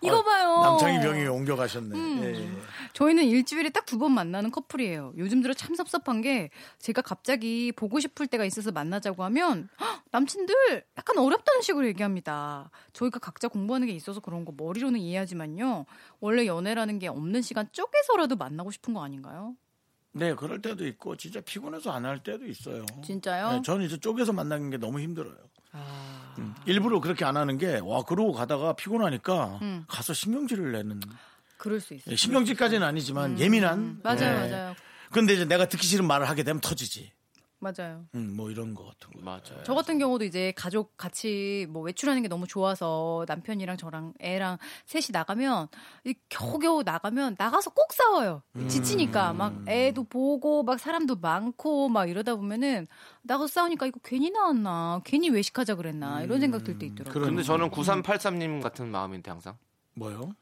[SPEAKER 8] 이거 봐요.
[SPEAKER 1] 아, 남창희 병이 옮겨가셨네.
[SPEAKER 8] 음.
[SPEAKER 1] 예, 예.
[SPEAKER 8] 저희는 일주일에 딱 두 번 만나는 커플이에요. 요즘 들어 참 섭섭한 게 제가 갑자기 보고 싶을 때가 있어서 만나자고 하면 "헉, 남친들 약간 어렵다는 식으로 얘기합니다. 저희가 각자 공부하는 게 있어서 그런 거 머리로는 이해하지만요. 원래 연애라는 게 없는 시간 쪼개서라도 만나고 싶은 거 아닌가요?
[SPEAKER 1] 네, 그럴 때도 있고 진짜 피곤해서 안 할 때도 있어요.
[SPEAKER 8] 진짜요?
[SPEAKER 1] 네, 저는 이제 쪼개서 만나는 게 너무 힘들어요.
[SPEAKER 8] 아.
[SPEAKER 1] 음, 일부러 그렇게 안 하는 게 와 그러고 가다가 피곤하니까
[SPEAKER 8] 음.
[SPEAKER 1] 가서 신경질을 내는
[SPEAKER 8] 그럴 수 있어요.
[SPEAKER 1] 예, 신경질까지는 아니지만 예민한
[SPEAKER 8] 음. 맞아요,
[SPEAKER 1] 예.
[SPEAKER 8] 맞아요.
[SPEAKER 1] 근데 이제 내가 듣기 싫은 말을 하게 되면 터지지.
[SPEAKER 8] 맞아요.
[SPEAKER 1] 음, 뭐 이런 거 같은 거.
[SPEAKER 2] 맞아요.
[SPEAKER 8] 저 같은 경우도 이제 가족 같이 뭐 외출하는 게 너무 좋아서 남편이랑 저랑 애랑 셋이 나가면 이 겨우겨우 나가면 나가서 꼭 싸워요.
[SPEAKER 2] 음.
[SPEAKER 8] 지치니까 막 애도 보고 막 사람도 많고 막 이러다 보면은 나가서 싸우니까 이거 괜히 나왔나 괜히 외식하자 그랬나 이런 생각 들 때
[SPEAKER 2] 음.
[SPEAKER 8] 있더라고요.
[SPEAKER 1] 음.
[SPEAKER 2] 근데 저는 9383님 같은 마음인데 항상.
[SPEAKER 1] 뭐요?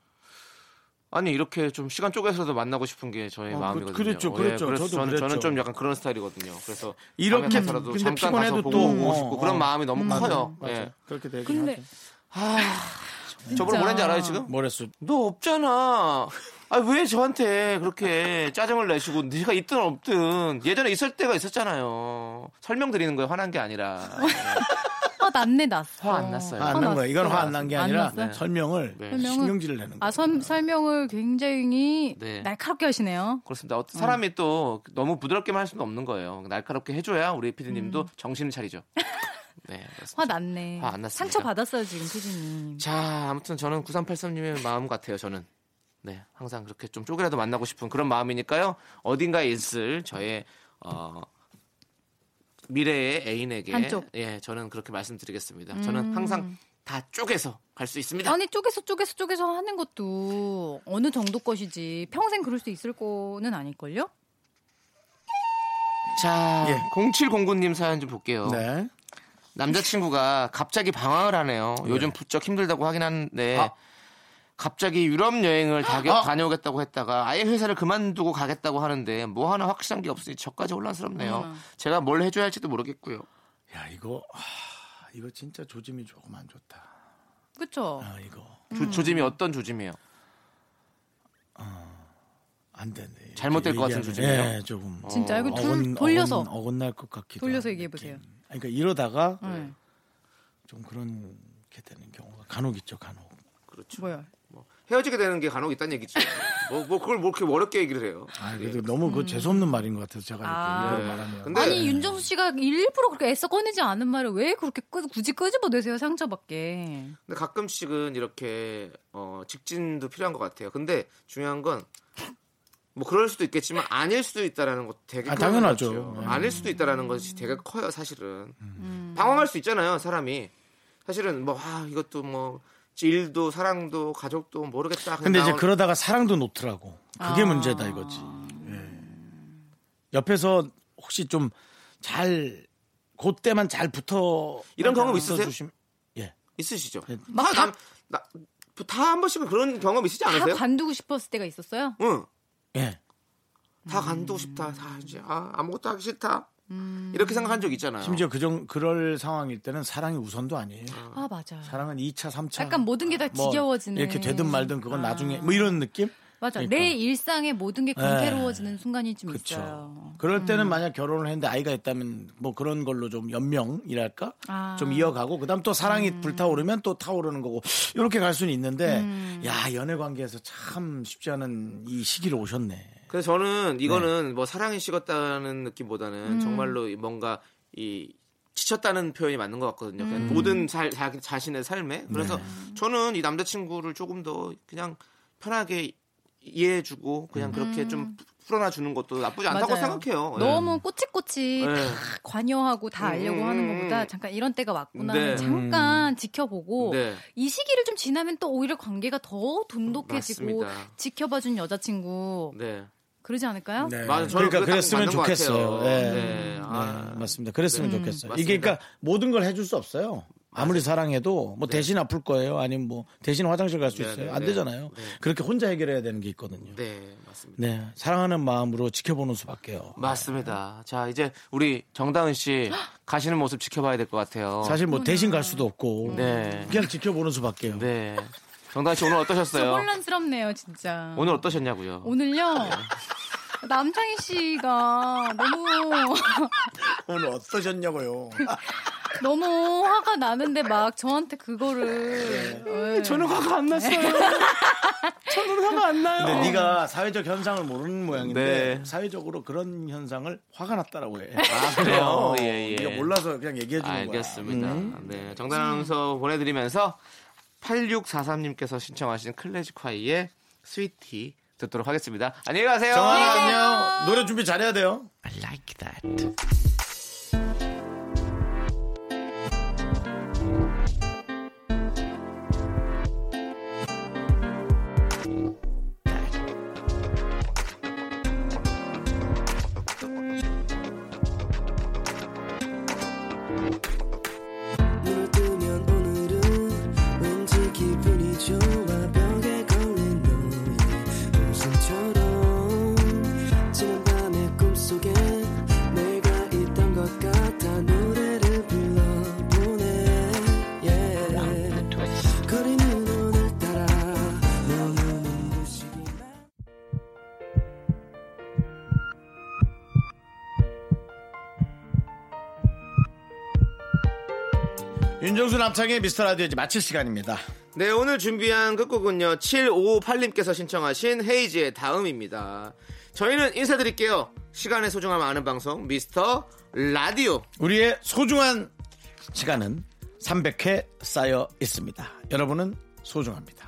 [SPEAKER 2] 아니 이렇게 좀 시간 쪼개서도 만나고 싶은 게 저의
[SPEAKER 1] 어,
[SPEAKER 2] 마음이거든요.
[SPEAKER 1] 그- 그랬죠,
[SPEAKER 2] 예,
[SPEAKER 1] 그랬죠.
[SPEAKER 2] 그래서
[SPEAKER 1] 저도
[SPEAKER 2] 저는 저는
[SPEAKER 1] 그랬죠.
[SPEAKER 2] 좀 약간 그런 스타일이거든요. 그래서
[SPEAKER 1] 이렇게
[SPEAKER 2] 밤에 가서라도
[SPEAKER 1] 근데
[SPEAKER 2] 잠깐
[SPEAKER 1] 피곤해도
[SPEAKER 2] 가서 보고
[SPEAKER 1] 또,
[SPEAKER 2] 오고
[SPEAKER 1] 어,
[SPEAKER 2] 싶고
[SPEAKER 1] 어.
[SPEAKER 2] 그런 마음이 너무 커요.
[SPEAKER 1] 맞아요.
[SPEAKER 2] 예.
[SPEAKER 1] 그렇게 되긴
[SPEAKER 8] 근데
[SPEAKER 1] 하죠.
[SPEAKER 2] 저번에 뭐라 했는지 알아요 지금?
[SPEAKER 1] 모래숲.
[SPEAKER 2] 너 없잖아. 아 왜 저한테 그렇게 짜증을 내시고 네가 있든 없든 예전에 있을 때가 있었잖아요. 설명드리는 거예요. 화난 게 아니라. 네.
[SPEAKER 8] 화 났네 났어.
[SPEAKER 2] 그 화 안 났어요.
[SPEAKER 1] 화 안 난 거야. 이건 화 안 난 게
[SPEAKER 8] 안
[SPEAKER 1] 아니라
[SPEAKER 8] 났어요?
[SPEAKER 1] 설명을
[SPEAKER 2] 네.
[SPEAKER 8] 설명은-
[SPEAKER 1] 신경질을 내는 거야.
[SPEAKER 8] 아 선- 설명을 굉장히
[SPEAKER 2] 네.
[SPEAKER 8] 날카롭게 하시네요.
[SPEAKER 2] 그렇습니다. 어떤 사람이 또 너무 부드럽게만 할 수는 없는 거예요. 날카롭게 해줘야 우리 피디님도 정신을 차리죠. 네. 그렇습니다.
[SPEAKER 8] 화 났네.
[SPEAKER 2] 화안 났습니다.
[SPEAKER 8] 상처 받았어요 지금 피디님.
[SPEAKER 2] 자, 아무튼 저는 9383님의 마음 같아요, 저는. 네, 항상 그렇게 좀 쪼개라도 만나고 싶은 그런 마음이니까요. 어딘가에 있을 저의, 어, 미래의 애인에게.
[SPEAKER 8] 한쪽. 음.
[SPEAKER 2] 예, 저는 그렇게 말씀드리겠습니다. 저는 항상 다 쪼개서 갈 수 있습니다.
[SPEAKER 8] 아니 쪼개서 쪼개서 쪼개서 하는 것도 어느 정도 것이지 평생 그럴 수 있을 거는 아닐걸요?
[SPEAKER 2] 자,
[SPEAKER 1] 예.
[SPEAKER 2] 0709님 사연 좀
[SPEAKER 8] 아,
[SPEAKER 2] 볼게요.
[SPEAKER 1] 네.
[SPEAKER 2] 남자친구가 갑자기 방황을 하네요. 요즘 부쩍 힘들다고 하긴 하는데
[SPEAKER 1] 아.
[SPEAKER 2] 갑자기 유럽 여행을 다,
[SPEAKER 1] 아.
[SPEAKER 2] 다녀오겠다고 했다가 아예 회사를 그만두고 가겠다고 하는데 뭐 하나 확실한 게 없으니 저까지 혼란스럽네요.
[SPEAKER 1] 음.
[SPEAKER 2] 제가 뭘 해줘야 할지도 모르겠고요.
[SPEAKER 1] 야 이거 하, 이거 진짜 조짐이 조금 안 좋다.
[SPEAKER 8] 그쵸?
[SPEAKER 1] 아 이거
[SPEAKER 2] 조, 조짐이 어떤 조짐이에요?
[SPEAKER 1] 안 되네.
[SPEAKER 2] 잘못될 것 같은
[SPEAKER 1] 얘기하면-
[SPEAKER 2] 조짐이요?
[SPEAKER 1] 예, 조금.
[SPEAKER 8] 진짜 이거
[SPEAKER 1] 어긋-
[SPEAKER 8] 둘, 돌려서
[SPEAKER 1] 어긋, 어긋날 것 같기도.
[SPEAKER 8] 돌려서
[SPEAKER 1] 한
[SPEAKER 8] 얘기해보세요. 네.
[SPEAKER 1] 느낌. 아니, 그러니까 이러다가
[SPEAKER 8] 응.
[SPEAKER 1] 좀 그런 게 되는 경우가 간혹 있죠, 간혹.
[SPEAKER 2] 그렇죠.
[SPEAKER 8] 뭐야?
[SPEAKER 2] 헤어지게 되는 게 간혹 있다는 얘기죠. 뭐, 뭐 그걸 뭐 이렇게 어렵게 얘기를 해요.
[SPEAKER 1] 아,
[SPEAKER 2] 예.
[SPEAKER 1] 그래도 너무 그 재수 없는 말인 것 같아서 제가
[SPEAKER 8] 음. 아.
[SPEAKER 1] 이렇게 이걸 말하면.
[SPEAKER 2] 근데-
[SPEAKER 8] 아니 윤정수 씨가 일부러 그렇게 애써 꺼내지 않은 말을 왜 그렇게 끄, 굳이 끄집어내세요 상처밖에?
[SPEAKER 2] 근데 가끔씩은 이렇게 어, 직진도 필요한 것 같아요. 근데 중요한 건 뭐 그럴 수도 있겠지만 아닐 수도 있다라는 것 되게
[SPEAKER 1] 아,
[SPEAKER 2] 큰
[SPEAKER 1] 당연하죠.
[SPEAKER 2] 거죠.
[SPEAKER 1] 네.
[SPEAKER 2] 아닐 수도 있다라는 것이 되게 커요, 사실은.
[SPEAKER 8] 음.
[SPEAKER 2] 방황할 수 있잖아요, 사람이. 사실은 뭐 아, 이것도 뭐 일도 사랑도 가족도 모르겠다. 그냥
[SPEAKER 1] 근데 이제
[SPEAKER 2] 나온-
[SPEAKER 1] 그러다가 사랑도 놓더라고. 그게
[SPEAKER 8] 아.
[SPEAKER 1] 문제다 이거지. 예. 옆에서 혹시 좀 잘 그때만 잘 붙어
[SPEAKER 2] 이런 경험 있으세요?
[SPEAKER 1] 주시면- 예.
[SPEAKER 2] 있으시죠?
[SPEAKER 8] 막
[SPEAKER 2] 다, 남- 나- 다 한 번씩은 그런 경험 있으지
[SPEAKER 8] 다
[SPEAKER 2] 않으세요?
[SPEAKER 8] 관두고 싶었을 때가 있었어요?
[SPEAKER 2] 응.
[SPEAKER 1] 예.
[SPEAKER 8] 음.
[SPEAKER 2] 다 간두고 싶다. 다 이제 아, 아무것도 하기 싫다.
[SPEAKER 8] 음.
[SPEAKER 2] 이렇게 생각한 적 있잖아요.
[SPEAKER 1] 심지어 그정 그럴 상황일 때는 사랑이 우선도 아니에요.
[SPEAKER 8] 아 맞아.
[SPEAKER 1] 사랑은 2차, 3차.
[SPEAKER 8] 약간 모든 게 다 지겨워지는.
[SPEAKER 1] 뭐, 이렇게 되든 말든 그건
[SPEAKER 8] 아.
[SPEAKER 1] 나중에 뭐 이런 느낌?
[SPEAKER 8] 맞아.
[SPEAKER 1] 그러니까.
[SPEAKER 8] 내 일상의 모든 게 경태로워지는 순간이 좀
[SPEAKER 1] 그렇죠.
[SPEAKER 8] 있어요.
[SPEAKER 1] 그럴 때는 만약 결혼을 했는데 아이가 있다면 뭐 그런 걸로 좀 연명이랄까
[SPEAKER 8] 아.
[SPEAKER 1] 좀 이어가고 그다음 또 사랑이 불타오르면 또 타오르는 거고 이렇게 갈 수는 있는데 야 연애 관계에서 참 쉽지 않은 이 시기를 오셨네.
[SPEAKER 2] 그래서 저는 이거는 뭐 사랑이 식었다는 느낌보다는
[SPEAKER 8] 음.
[SPEAKER 2] 정말로 뭔가 이 지쳤다는 표현이 맞는 것 같거든요. 그냥
[SPEAKER 8] 음.
[SPEAKER 2] 모든 살, 자, 자신의 삶에. 그래서 저는 이 남자친구를 조금 더 그냥 편하게 이해해주고 그냥 그렇게 좀 풀어놔주는 것도 나쁘지 않다고
[SPEAKER 8] 음. 맞아요.
[SPEAKER 2] 생각해요. 예.
[SPEAKER 8] 너무 꼬치꼬치
[SPEAKER 2] 네.
[SPEAKER 8] 다 관여하고 다 알려고
[SPEAKER 2] 음,
[SPEAKER 8] 하는
[SPEAKER 2] 음,
[SPEAKER 8] 것보다
[SPEAKER 2] 음.
[SPEAKER 8] 잠깐 이런 때가 왔구나
[SPEAKER 2] 네.
[SPEAKER 8] 잠깐 지켜보고
[SPEAKER 2] 네.
[SPEAKER 8] 이 시기를 좀 지나면 또 오히려 관계가 더 돈독해지고
[SPEAKER 2] 맞습니다.
[SPEAKER 8] 지켜봐준 여자친구
[SPEAKER 2] 네.
[SPEAKER 8] 그러지 않을까요?
[SPEAKER 1] 네.
[SPEAKER 2] 맞아요. 저는
[SPEAKER 1] 그러니까
[SPEAKER 2] 그게 딱
[SPEAKER 1] 그랬으면
[SPEAKER 2] 맞는 것
[SPEAKER 1] 좋겠어요.
[SPEAKER 2] 같아요.
[SPEAKER 1] 네.
[SPEAKER 2] 네. 아.
[SPEAKER 1] 네, 맞습니다. 그랬으면
[SPEAKER 2] 네.
[SPEAKER 1] 좋겠어요.
[SPEAKER 2] 음,
[SPEAKER 1] 이게
[SPEAKER 2] 맞습니다.
[SPEAKER 1] 그러니까 모든 걸 해줄 수 없어요. 아무리 사랑해도 뭐 대신 아플 거예요. 아니면 뭐 대신 화장실 갈 수
[SPEAKER 2] 네,
[SPEAKER 1] 있어요.
[SPEAKER 2] 네,
[SPEAKER 1] 안
[SPEAKER 2] 네.
[SPEAKER 1] 되잖아요.
[SPEAKER 2] 네.
[SPEAKER 1] 그렇게 혼자 해결해야 되는 게 있거든요.
[SPEAKER 2] 네, 맞습니다.
[SPEAKER 1] 네, 사랑하는 마음으로 지켜보는 수밖에요.
[SPEAKER 2] 맞습니다. 자, 이제 우리 정다은 씨 가시는 모습 지켜봐야 될 것 같아요.
[SPEAKER 1] 사실 뭐 대신 갈 수도 없고
[SPEAKER 2] 어. 네.
[SPEAKER 1] 그냥 지켜보는 수밖에요.
[SPEAKER 2] 네. 정다은 씨 오늘
[SPEAKER 8] 좀
[SPEAKER 2] 어떠셨어요? 네.
[SPEAKER 8] 혼란스럽네요, 진짜.
[SPEAKER 2] 오늘 어떠셨냐고요?
[SPEAKER 8] 오늘요. 남창희 씨가 너무
[SPEAKER 1] 오늘 어떠셨냐고요.
[SPEAKER 8] 너무 화가 나는데 막 저한테
[SPEAKER 2] 네.
[SPEAKER 8] 그거를 예.
[SPEAKER 2] 화가 안 났어요. 저는 화가 안 나요.
[SPEAKER 1] 근데 네가 사회적 현상을 모르는 모양인데
[SPEAKER 2] 네.
[SPEAKER 1] 사회적으로 그런 현상을 화가 났다라고 해.
[SPEAKER 2] 아, 그래요?
[SPEAKER 1] 어,
[SPEAKER 2] 예, 예.
[SPEAKER 1] 네가 몰라서 그냥 얘기해 주는
[SPEAKER 2] 알겠습니다. 네, 정단 아나운서 보내드리면서 8643님께서 신청하신 클래식화이의 스위티 듣도록 하겠습니다. 안녕히 가세요.
[SPEAKER 1] 거야. 정아 네, 안녕. 노래 준비 잘해야 돼요.
[SPEAKER 2] I like that.
[SPEAKER 3] 눈을 뜨면 오늘은 왠지 기분이 좋아 벽에 걸린 너의 웃음처럼 지난밤의 꿈속에 내가 있던 것 같아 노래를 불러보네 yeah. 거리는 오늘따라 너무 눈부시게
[SPEAKER 1] 윤정수 남창의 미스터 라디오 이제 마칠 시간입니다.
[SPEAKER 2] 네, 오늘 준비한 끝곡은요. 7558님께서 신청하신 헤이지의 다음입니다. 저희는 인사드릴게요. 시간의 소중함 아는 방송 미스터 라디오.
[SPEAKER 1] 우리의 소중한 시간은 300회 쌓여 있습니다. 여러분은 소중합니다.
[SPEAKER 6] 네